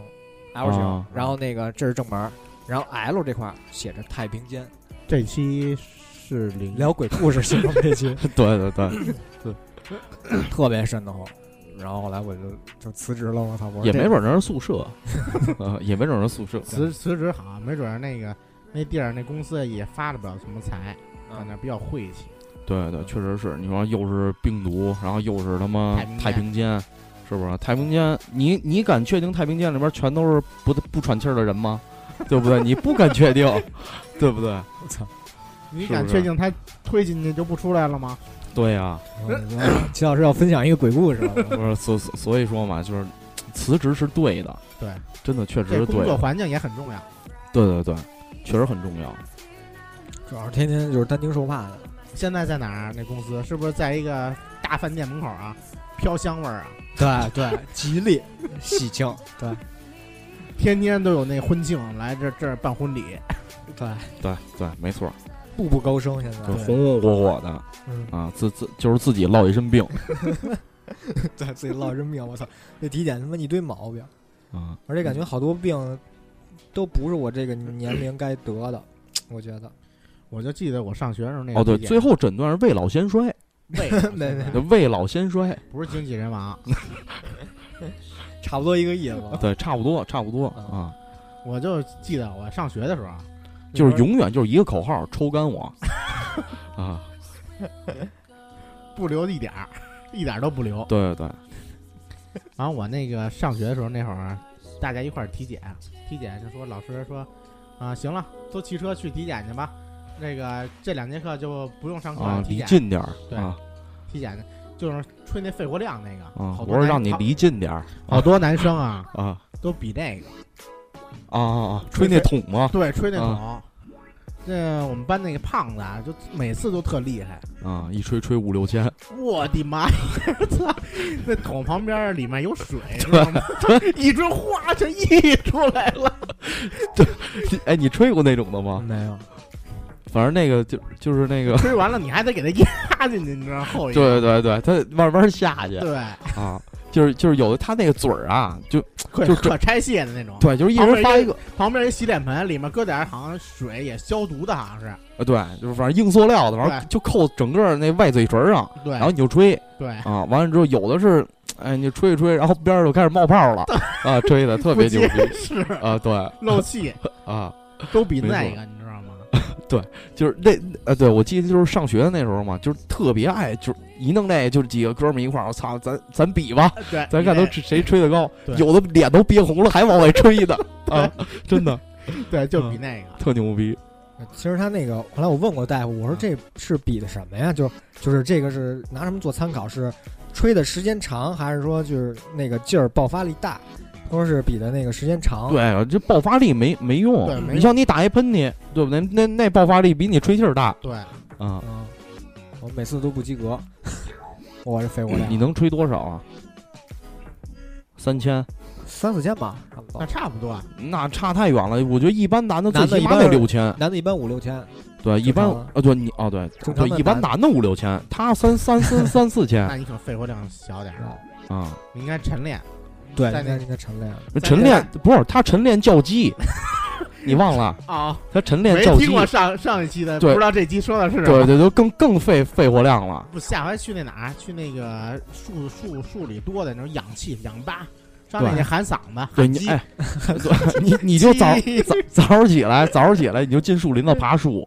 Speaker 5: ，L 型，
Speaker 6: 啊
Speaker 5: 然后那个这是正门，然后 L 这块儿写着太平间，
Speaker 4: 这期是零
Speaker 5: 聊鬼故事形容这 [LAUGHS] 期
Speaker 6: [LAUGHS] 对对对，
Speaker 5: 特别瘆得慌，然后后来我就就辞职了，我操，我说
Speaker 6: 也
Speaker 5: 这
Speaker 6: 没准儿那是宿舍，啊也没准儿是宿舍。
Speaker 4: 辞辞职好，没准儿那个那地儿那公司也发了不了什么财，在那儿比较晦气。
Speaker 6: 对对，确实是。你说又是病毒，然后又是他妈太
Speaker 4: 太平间
Speaker 6: 平间，是不是？太平间，你你敢确定太平间里边全都是不不喘气儿的人吗？ [LAUGHS] 对不对？你不敢确定， [LAUGHS] 对不对？
Speaker 4: 你
Speaker 6: 是
Speaker 4: 敢
Speaker 6: 不是
Speaker 4: 确定他推进去就不出来了吗？
Speaker 6: 对呀、
Speaker 5: 嗯齐老师要分享一个鬼故事了，
Speaker 6: 不是所所所以说嘛，就是辞职是对的，
Speaker 4: 对，
Speaker 6: 真的确实
Speaker 4: 这
Speaker 6: 是
Speaker 4: 工
Speaker 6: 对
Speaker 4: 作
Speaker 6: 的，
Speaker 4: 环境也很重要。
Speaker 6: 对对对，确实很重要。
Speaker 5: [LAUGHS] 主要是天天就是担惊受怕的，
Speaker 4: 现在在哪儿啊？那公司是不是在一个大饭店门口啊？飘香味儿啊，
Speaker 5: 对对，吉利喜庆，对
Speaker 4: 天天都有那婚庆来这这儿办婚礼。
Speaker 5: 对，
Speaker 6: 对对，没错，
Speaker 5: 步步高升现在
Speaker 6: 就，红红火火的
Speaker 5: 嗯，
Speaker 6: 啊，自自就是自己落一身病，
Speaker 5: 对自己落真病，我操！这体检他妈一堆毛病，
Speaker 4: 哎
Speaker 1: 啊，
Speaker 5: 而且感觉好多病都不是我这个年龄该得的，我觉得
Speaker 4: 我就记得我上学的时候那个
Speaker 6: 哦，对，
Speaker 4: 体检
Speaker 6: 最后诊断是未老先衰，
Speaker 4: 胃
Speaker 6: [LAUGHS]
Speaker 5: 没没
Speaker 6: 未老先衰，
Speaker 4: 不是经济人王，
Speaker 5: 差不多一个意思吧。
Speaker 6: 对，差不多，差不多
Speaker 5: 啊
Speaker 6: 啊，
Speaker 4: 我就记得我上学的时候啊，
Speaker 6: [LAUGHS] 就是永远就是一个口号，抽干
Speaker 4: [LAUGHS]
Speaker 6: 我啊，
Speaker 4: 不留一点儿， [LAUGHS] 一点儿都不留。
Speaker 6: 对对
Speaker 4: 然后我那个上学的时候那会儿，大家一块儿体检，体检就说老师说，啊、行了，都骑车去体检去吧，那个这两节课就不用上
Speaker 6: 对
Speaker 4: 课了，
Speaker 6: 啊，
Speaker 4: 体
Speaker 6: 离
Speaker 4: 检
Speaker 6: 近点儿
Speaker 4: 对
Speaker 6: 啊
Speaker 4: 体检就是吹那肺活量那个，
Speaker 6: 啊，
Speaker 4: 好
Speaker 6: 我
Speaker 4: 多
Speaker 6: 说
Speaker 4: 男
Speaker 6: 让你
Speaker 4: 好
Speaker 6: 离近点儿
Speaker 4: 好多男生啊
Speaker 6: 啊
Speaker 4: 都比那个
Speaker 6: 啊啊啊，吹那桶嘛
Speaker 4: 对吹那桶。那我们班那个胖子啊，就每次都特厉害，
Speaker 6: 啊，一吹吹五六千，
Speaker 4: 我的妈呀！操，那桶旁边儿里面有水，知道吗？ [LAUGHS] 一追哗就溢出来了。
Speaker 6: 哎，你吹过那种的吗？
Speaker 5: 嗯没有，
Speaker 6: 反正那个就就是那个，
Speaker 4: 吹完了你还得给它压进去，你知道吗后一个。
Speaker 6: 对对对，它慢慢下去
Speaker 4: 对，
Speaker 6: 啊，就是就是有的它那个嘴儿啊，就
Speaker 4: 可
Speaker 6: 就
Speaker 4: 可拆卸的那种。
Speaker 6: 对，就是一人发一个，
Speaker 4: 旁边一洗脸盆，里面搁点儿好像水，也消毒的，好像是。
Speaker 6: 呃，对，就是反正硬塑料的，完了
Speaker 4: 对
Speaker 6: 就扣整个那外嘴唇上，
Speaker 4: 对，
Speaker 6: 然后你就吹
Speaker 4: 对，
Speaker 6: 啊，完了之后有的是，哎，你就吹一吹，然后边儿就开始冒泡了啊，吹的特
Speaker 4: 不
Speaker 6: 别牛
Speaker 4: 结
Speaker 6: 逼
Speaker 4: 实，
Speaker 6: 啊，对
Speaker 4: 漏气
Speaker 6: 啊，
Speaker 4: 都比
Speaker 6: 没错
Speaker 4: 那个，你知道
Speaker 6: [LAUGHS]
Speaker 4: 吗？
Speaker 6: 就是那呃，对我记得就是上学的那时候嘛，就是特别爱，就是一弄那就是几个哥们儿一块儿，我操，咱咱比吧，
Speaker 4: 呃对，
Speaker 6: 咱
Speaker 4: 你
Speaker 6: 看
Speaker 4: 那
Speaker 6: 都谁吹的高，
Speaker 4: 对
Speaker 6: 有的脸都憋红了还往外吹的啊，真的
Speaker 4: 对，就
Speaker 6: 嗯
Speaker 4: 比那个。
Speaker 6: 特牛逼
Speaker 5: 呃其实他那个后来我问过大夫，我说这是比的什么呀？就就是这个是拿什么做参考？是吹的时间长，还是说就是那个劲儿爆发力大？他说是比的那个时间长。
Speaker 6: 对，啊这爆发力没没用
Speaker 4: 啊对没
Speaker 6: 你像你打一喷嚏，对不对？那那爆发力比你吹气儿大
Speaker 4: 对，
Speaker 6: 啊！
Speaker 5: 嗯，我每次都不及 [LAUGHS] 格，我这肺活量
Speaker 6: 你能吹多少啊？三千，
Speaker 5: 三四千吧，差不
Speaker 4: 那
Speaker 5: 多。
Speaker 4: 差不多。
Speaker 6: 那差太远了。我觉得一般男的最
Speaker 5: 男的
Speaker 6: 起
Speaker 5: 一
Speaker 6: 码
Speaker 5: 般
Speaker 6: 得
Speaker 5: 是
Speaker 6: 六千，
Speaker 5: 男的一般五六千，
Speaker 6: 对，一般
Speaker 5: 正常啊
Speaker 6: 啊，对你哦，对
Speaker 5: 正
Speaker 6: 对
Speaker 5: 常，的哎
Speaker 6: 一般
Speaker 5: 男
Speaker 6: 男的五六千，他三三三三四千
Speaker 4: 那你可肺活量小点儿，
Speaker 6: 啊。
Speaker 4: 你应该晨练。
Speaker 5: 对，
Speaker 4: 在
Speaker 5: 应该
Speaker 4: 那
Speaker 5: 应该晨练。
Speaker 6: 晨
Speaker 5: 啊
Speaker 6: 练不是他晨练叫
Speaker 5: [LAUGHS]
Speaker 6: 鸡，你忘了
Speaker 4: 啊，
Speaker 6: 他晨练
Speaker 4: 没
Speaker 6: 叫鸡
Speaker 4: 听过上上一期的，不
Speaker 6: 对
Speaker 4: 知道这期说的是什
Speaker 6: 对
Speaker 4: 么。
Speaker 6: 对，就更更费肺活量
Speaker 5: 啊
Speaker 6: 了。
Speaker 4: 不，下回去那哪儿？去那个树树树里多的那种氧气氧吧，上那
Speaker 6: 对
Speaker 4: 去喊嗓子，
Speaker 6: 对
Speaker 4: 喊
Speaker 6: 你
Speaker 4: 鸡。
Speaker 6: 哎，对你你就早
Speaker 4: 鸡
Speaker 6: 早早上起来，早上起来你就进树林子爬
Speaker 5: [LAUGHS]
Speaker 6: 树，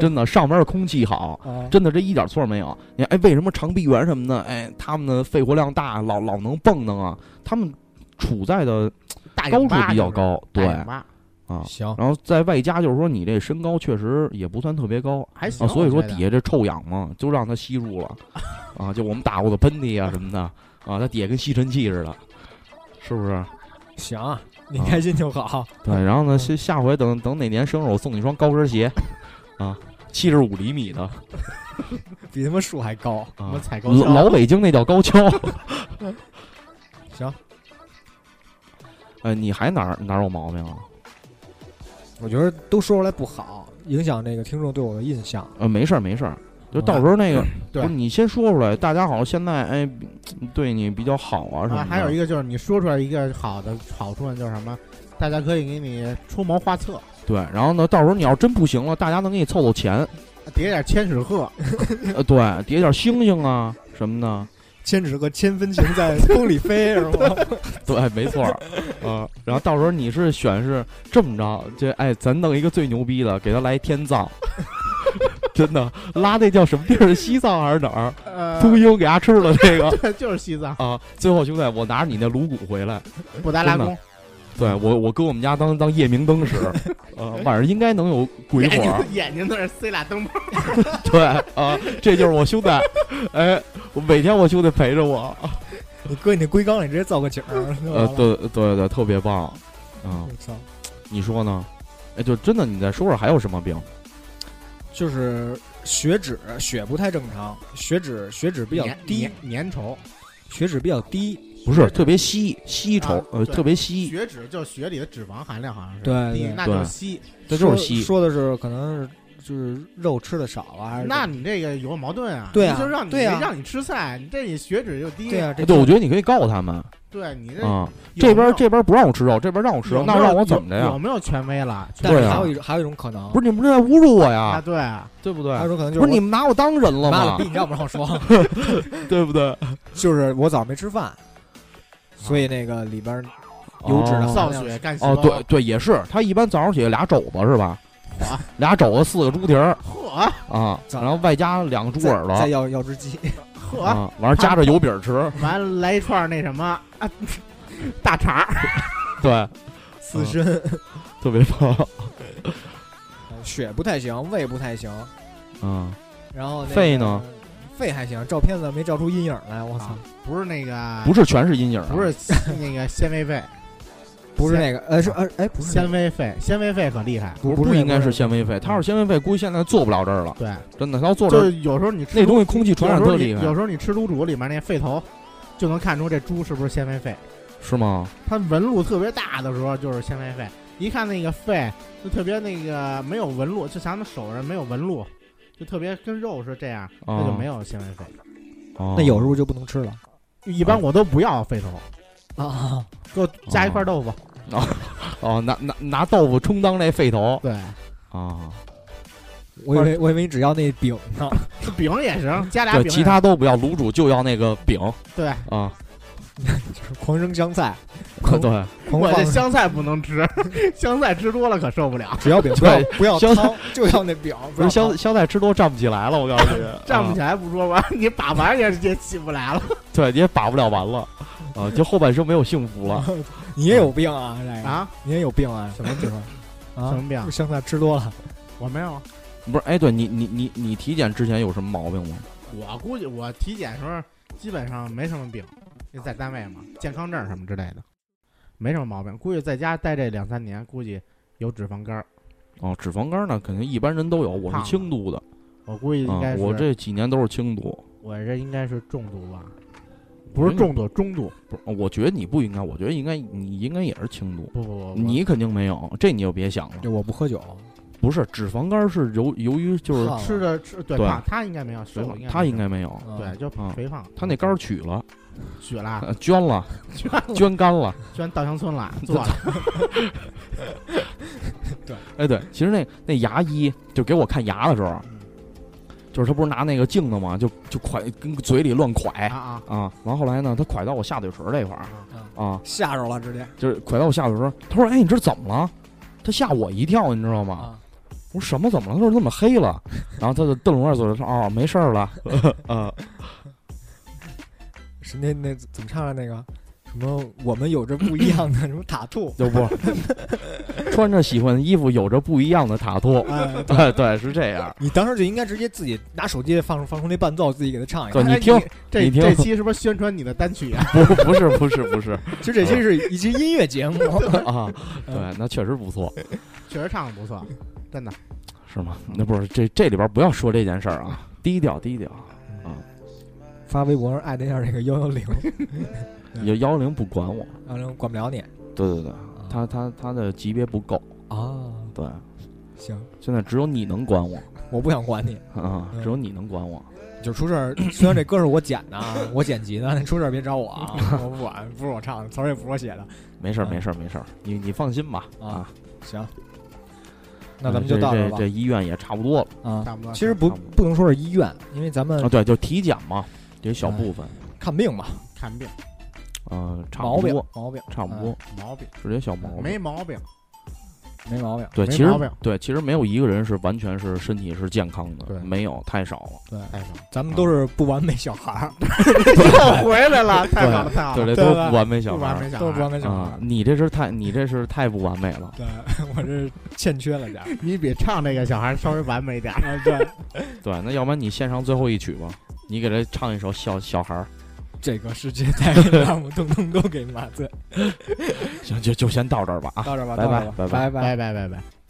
Speaker 6: 真的上边的空气好，
Speaker 5: 啊，
Speaker 6: 真的这一点错没有。你看哎，为什么长臂猿什么的，哎，他们的肺活量大，老老能蹦跶啊？他们处在的
Speaker 4: 大
Speaker 6: 高
Speaker 4: 氧
Speaker 6: 处
Speaker 4: 吧
Speaker 6: 比较
Speaker 4: 就是
Speaker 6: 高，对
Speaker 4: 大氧吧
Speaker 6: 啊。
Speaker 4: 哦
Speaker 5: 行，
Speaker 6: 然后再外加就是说，你这身高确实也不算特别高
Speaker 4: 还行。
Speaker 6: 啊，所以
Speaker 4: 我
Speaker 6: 说
Speaker 4: 觉得
Speaker 6: 底下这臭氧嘛，就让它吸入
Speaker 4: [LAUGHS]
Speaker 6: 了啊。就我们打过的喷嚏啊什么的啊，它底下跟吸尘器似的，是不是？
Speaker 5: 行啊，你开心就好。
Speaker 6: 对，然后呢，
Speaker 5: 嗯
Speaker 6: 下下回等等哪年生日，我送你一双高跟
Speaker 4: [LAUGHS]
Speaker 6: 鞋，啊，七十五厘米的，
Speaker 5: 比他妈树还高。
Speaker 4: 我
Speaker 6: 啊
Speaker 4: 们，踩高跷
Speaker 6: 老老北京那叫高跷。
Speaker 5: 行，
Speaker 6: 呃，你还哪儿哪儿有毛病啊？
Speaker 5: 我觉得都说出来不好，影响这个听众对我的印象。
Speaker 6: 呃，没事儿没事儿，就到时候那个，
Speaker 4: 嗯对
Speaker 6: 不是你先说出来，大家好像现在哎对你比较好啊什么
Speaker 4: 啊，
Speaker 6: 的。
Speaker 4: 还有一个就是你说出来一个好的好处呢，就是什么？大家可以给你出谋划策，
Speaker 6: 对，然后呢，到时候你要真不行了，大家能给你凑凑
Speaker 4: [LAUGHS]
Speaker 6: 钱，
Speaker 4: 叠点千纸鹤，
Speaker 6: 呃，对，叠点星星啊什么的。
Speaker 5: 千纸鹤千分情在风
Speaker 6: [LAUGHS]
Speaker 5: 里 [LAUGHS] 飞，是吧？
Speaker 6: 对，没错
Speaker 4: [LAUGHS]
Speaker 6: 儿，啊，然后到时候你是选是这么着，这哎，咱弄一个最牛逼的，给他来天葬， [LAUGHS] 真的拉那叫什么地儿，西藏还是哪儿？
Speaker 4: 呃
Speaker 6: 秃鹰给他吃了这个
Speaker 4: 就是西藏
Speaker 6: [LAUGHS] 啊！最后兄弟，我拿着你那颅骨回来，
Speaker 4: 布达拉
Speaker 6: 真的
Speaker 4: 宫，
Speaker 6: 对我我搁我们家当当夜明 [LAUGHS] 灯使，呃，晚上应该能有鬼
Speaker 4: 眼
Speaker 6: 火儿，
Speaker 4: 睛眼睛那儿塞俩灯泡，
Speaker 6: [LAUGHS] 对啊，这就是我兄弟， [LAUGHS] 哎，我每天我兄弟陪着 [LAUGHS] 我，
Speaker 5: 你搁你那龟缸里直接造个景儿， [LAUGHS] 就
Speaker 6: 呃，
Speaker 5: 完了
Speaker 6: 对对对，特别棒，啊，
Speaker 5: 我操
Speaker 6: 你说呢？哎，就真的，你再说说还有什么病？
Speaker 5: 就是血脂血不太正常，血脂血脂比较
Speaker 4: 粘
Speaker 5: 低，
Speaker 4: 粘粘稠，
Speaker 5: 血脂比较低，
Speaker 6: 不是特别稀稀稠
Speaker 4: 啊，
Speaker 6: 呃，
Speaker 4: 对
Speaker 6: 特别稀，
Speaker 4: 血脂就是血里的脂肪含量好像是
Speaker 5: 对
Speaker 4: 低
Speaker 5: 对
Speaker 4: 那就
Speaker 6: 对
Speaker 4: 稀，
Speaker 6: 这就是
Speaker 5: 说
Speaker 6: 稀。
Speaker 5: 说的是可能是就是肉吃的少啊，还是
Speaker 4: 那你这个有矛盾啊？
Speaker 8: 对啊
Speaker 4: 就让你
Speaker 8: 对啊
Speaker 4: 让你吃菜，你这你血脂就低。
Speaker 8: 对啊，这
Speaker 6: 对，我觉得你可以告他们
Speaker 4: 对你这
Speaker 6: 啊，
Speaker 4: 有
Speaker 6: 这
Speaker 4: 没
Speaker 6: 边
Speaker 4: 有
Speaker 6: 这边不让我吃肉，这边让我吃
Speaker 4: 有
Speaker 6: 肉，
Speaker 4: 没
Speaker 6: 那
Speaker 4: 有
Speaker 6: 让我怎么着
Speaker 4: 有有
Speaker 6: 呀？
Speaker 4: 没有权威了？
Speaker 5: 但是
Speaker 6: 对啊
Speaker 5: 还有一种还有一种可能，
Speaker 6: 不是你们这在侮辱我呀
Speaker 4: 啊，，对啊，
Speaker 6: 对不对
Speaker 5: 还？有一种可能就
Speaker 6: 不是
Speaker 5: 我
Speaker 6: 你们拿我当人了
Speaker 5: 妈了
Speaker 6: 吗
Speaker 5: 逼，？你让不让我
Speaker 6: [LAUGHS]
Speaker 5: 说？
Speaker 6: 对不对？
Speaker 5: 就是我早上没吃
Speaker 6: 啊
Speaker 5: 饭，所以那个里边儿油脂的
Speaker 6: 哦
Speaker 5: 话
Speaker 4: 造血干细胞。
Speaker 6: 哦，对，对，也是，他一般早上起来俩肘子是吧？ [LAUGHS] 俩肘子四个猪蹄儿
Speaker 4: 嚯
Speaker 6: 啊，
Speaker 5: 早
Speaker 6: 然后外加两个猪
Speaker 5: 再
Speaker 6: 耳
Speaker 5: 再
Speaker 6: 朵
Speaker 5: 要要只鸡，
Speaker 4: 嚯，
Speaker 6: 啊，完了加着油饼吃，
Speaker 4: 完了来一串那什么啊，大肠儿。
Speaker 6: 对，
Speaker 5: [LAUGHS] 刺身，
Speaker 6: 特别棒，
Speaker 5: 血不太行，胃不太行，
Speaker 6: 嗯，
Speaker 5: 然后那个
Speaker 6: 肺呢？
Speaker 5: 肺还行，照片子没照出阴影来，我操
Speaker 4: 啊，不是那个，
Speaker 6: 不是全是阴影啊，
Speaker 4: 不是那个纤维肺，
Speaker 5: 不是那个，呃是
Speaker 6: 啊
Speaker 5: 呃哎不是那
Speaker 4: 纤
Speaker 5: 个
Speaker 4: 维肺，纤维肺可厉害。
Speaker 6: 不
Speaker 5: 不是
Speaker 6: 应该
Speaker 5: 那个
Speaker 6: 是纤维肺，它要是纤维肺，估计现在做不了这儿了，
Speaker 4: 对，
Speaker 6: 真的，它要做这
Speaker 4: 就
Speaker 6: 儿
Speaker 4: 是有时候你吃
Speaker 6: 那东西
Speaker 4: 猪
Speaker 6: 空气传染
Speaker 4: 有时候
Speaker 6: 特厉
Speaker 4: 你
Speaker 6: 害
Speaker 4: 有时候你吃卤煮里面那肺头，就能看出这猪是不是纤维肺。
Speaker 6: 是吗？
Speaker 4: 它纹路特别大的时候就是纤维肺，一看那个肺就特别那个没有纹路，就咱们手上没有纹路，就特别跟肉是这样，
Speaker 6: 哦
Speaker 4: 那就没有纤维肺。
Speaker 6: 哦
Speaker 5: 那有时候就不能吃了
Speaker 4: 一般我都不要肺头，
Speaker 5: 啊，
Speaker 4: 给我加一块豆腐。
Speaker 6: 哦，拿拿拿豆腐充当这肺头
Speaker 4: 对，
Speaker 6: 啊，
Speaker 5: 我以为我以为你只要那饼呢，
Speaker 4: 饼也行，加俩
Speaker 6: 对，
Speaker 4: 饼也行。
Speaker 6: 其他都不要，卤煮就要那个饼
Speaker 4: 对，
Speaker 6: 啊，
Speaker 5: 就是 [LAUGHS] 狂扔香菜，
Speaker 6: [LAUGHS]
Speaker 5: 狂
Speaker 6: 对，
Speaker 5: 狂
Speaker 4: 我这
Speaker 5: 放
Speaker 4: 香菜不能吃， [LAUGHS] 香菜吃多了可受不了，，
Speaker 5: 只要饼不要
Speaker 6: 对
Speaker 5: 不要
Speaker 6: 香
Speaker 5: 汤，就要那饼，
Speaker 6: 不是香香菜吃多站不起来了，我告诉你
Speaker 4: [LAUGHS] 站不起
Speaker 6: 来，
Speaker 4: 来不说完， [LAUGHS] 你把玩也也起不来了
Speaker 6: 啊对，你也把不了完了，啊，就后半生没有幸福
Speaker 4: [LAUGHS]
Speaker 6: 了，
Speaker 5: 了，你也有病啊，这
Speaker 6: 哦
Speaker 5: 个
Speaker 4: 啊！
Speaker 5: 你也有病啊？什么病啊？
Speaker 4: 什么病
Speaker 5: 啊？香菜吃多了，
Speaker 4: 我没有，
Speaker 6: 不是？哎，对你你你你体检之前有什么毛病吗？
Speaker 4: 我估计我体检时候基本上没什么病，因为在单位嘛，健康证什么之类的，没什么毛病。估计在家待这两三年，估计有脂肪肝儿，
Speaker 6: 哦，脂肪肝呢，肯定一般人都有，我
Speaker 4: 胖
Speaker 6: 是
Speaker 4: 子
Speaker 6: 轻度的，
Speaker 4: 我估计应
Speaker 6: 啊
Speaker 4: 该，是
Speaker 6: 我这几年都是轻度，
Speaker 4: 我这应该是重度吧，不是重度，中度，
Speaker 6: 不是，我觉得你不应该，我觉得应该你应该也是轻度，
Speaker 4: 不不不，不
Speaker 6: 你肯定没有，这你就别想了。
Speaker 5: 就我不喝酒，
Speaker 6: 不是脂肪肝是由由于就是
Speaker 5: 胖了
Speaker 4: 吃的吃对
Speaker 6: 对
Speaker 4: 胖，他应该没有，是我
Speaker 6: 他
Speaker 4: 没
Speaker 6: 应该没有，
Speaker 5: 啊
Speaker 4: 有对，就
Speaker 6: 啊
Speaker 4: 肥胖，
Speaker 6: 他那肝儿取了， [LAUGHS]
Speaker 4: 血了， [LAUGHS]
Speaker 6: 呃捐了，
Speaker 4: 捐了
Speaker 6: 捐肝了。
Speaker 4: 捐稻香
Speaker 6: [LAUGHS]
Speaker 4: 村了，做了，
Speaker 6: 哎，对，其实那那牙医就给我看牙的时候，就是他不是拿那个镜子嘛，就就蒯跟嘴里乱
Speaker 4: 啊
Speaker 6: 蒯
Speaker 4: 啊，
Speaker 6: 啊，完后来呢，他蒯到我下嘴唇这块儿啊，
Speaker 5: 吓着了直接
Speaker 6: 就是蒯到我下嘴唇，他说：“哎，你这怎么了？”他吓我一跳，你知道吗？
Speaker 5: 啊！
Speaker 6: 我说什么怎么了？他说这么黑了，然后他就瞪了我一下嘴，说：“哦，没事儿了。呃”
Speaker 5: 是那那怎么唱啊的那个？什么？我们有着不一样的什么塔兔？
Speaker 6: 就不穿着喜欢的衣服，有着不一样的塔托。
Speaker 5: 哎，
Speaker 6: 对对，是这样。
Speaker 5: 你当时就应该直接自己拿手机放放出那伴奏，自己给他唱
Speaker 6: [LAUGHS]
Speaker 5: 一
Speaker 6: 对
Speaker 5: 个。
Speaker 6: 你听，
Speaker 4: 哎这
Speaker 6: 你听 [LAUGHS]
Speaker 4: 这期是不是宣传你的单曲啊？ [LAUGHS]
Speaker 6: 不不是不是不是
Speaker 5: 其实这期是一期音乐节目，
Speaker 6: 啊，对，那确实不错，
Speaker 4: 确实唱的不错，真的。
Speaker 6: 是吗？那不是这这里边不要说这件事儿啊，低调低调，
Speaker 5: 发微博上艾特一下这个幺幺零，嗯
Speaker 6: 幺幺零不管我。
Speaker 5: 幺零管不了你
Speaker 6: 对对对，他他他的级别不够，
Speaker 5: 啊。
Speaker 6: 对，
Speaker 5: 行，
Speaker 6: 现在只有你能管我
Speaker 5: 我不想管你，
Speaker 6: 啊，
Speaker 5: 嗯
Speaker 6: 只有你能管我。
Speaker 5: 就出事儿。虽然这歌是我剪的啊，我剪辑的，出事儿别找我啊，我不管，不是我唱的，词儿也不是我写的。
Speaker 6: 没事儿
Speaker 5: 嗯
Speaker 6: 没事儿没事儿，你你放心吧
Speaker 5: 啊。行，那咱们就
Speaker 6: 嗯这
Speaker 5: 到这儿
Speaker 6: 这
Speaker 5: 吧
Speaker 6: 这医院也差不多了
Speaker 5: 啊。
Speaker 4: 差不多。
Speaker 5: 其实不
Speaker 6: 差不多
Speaker 5: 不能说是医院，因为咱
Speaker 6: 啊，
Speaker 5: 们
Speaker 6: 对，就体检嘛，这小部分，
Speaker 5: 看病嘛，
Speaker 4: 看病
Speaker 6: 嗯，差
Speaker 5: 毛
Speaker 6: 不
Speaker 5: 病嗯
Speaker 6: 多，
Speaker 5: 毛病
Speaker 6: 差不多，
Speaker 4: 毛病
Speaker 6: 是这小毛病。
Speaker 4: 没毛病，
Speaker 5: 没毛病。
Speaker 6: 对，
Speaker 4: 没
Speaker 6: 其实
Speaker 4: 毛病
Speaker 6: 对，其实没有一个人是完全是身体是健康
Speaker 4: 对
Speaker 6: 的，没有太少了。
Speaker 4: 太少。
Speaker 5: 咱们都是不完美小孩儿，
Speaker 4: [LAUGHS] 又回来了，太好了，太好
Speaker 6: 对，
Speaker 4: 了，
Speaker 6: 这
Speaker 5: 啊对
Speaker 6: 都是
Speaker 5: 吧
Speaker 6: 不完美小
Speaker 4: 不
Speaker 6: 孩
Speaker 4: 完
Speaker 6: 儿
Speaker 4: 美小
Speaker 5: 都是不
Speaker 4: 孩
Speaker 5: 完
Speaker 4: 儿，
Speaker 5: 美小孩
Speaker 6: 啊
Speaker 5: 儿！。
Speaker 6: 你这是太，你这是太不完美了。
Speaker 5: 对我这欠缺了
Speaker 6: [LAUGHS]
Speaker 5: 点儿。
Speaker 4: 你比唱那个小孩儿稍微完美点儿。
Speaker 5: 啊，对，
Speaker 6: 对，那要不然你献上最后一曲吧，你给他唱一首小小孩儿，
Speaker 5: 这个世界
Speaker 6: [LAUGHS]
Speaker 5: 太黑暗，我通通都给麻醉。
Speaker 6: 行，就就先到这儿吧啊。
Speaker 5: 到这儿吧，
Speaker 6: 拜
Speaker 5: 到这
Speaker 6: 拜
Speaker 5: 儿吧
Speaker 6: 拜拜
Speaker 5: 拜拜
Speaker 4: 拜拜拜拜。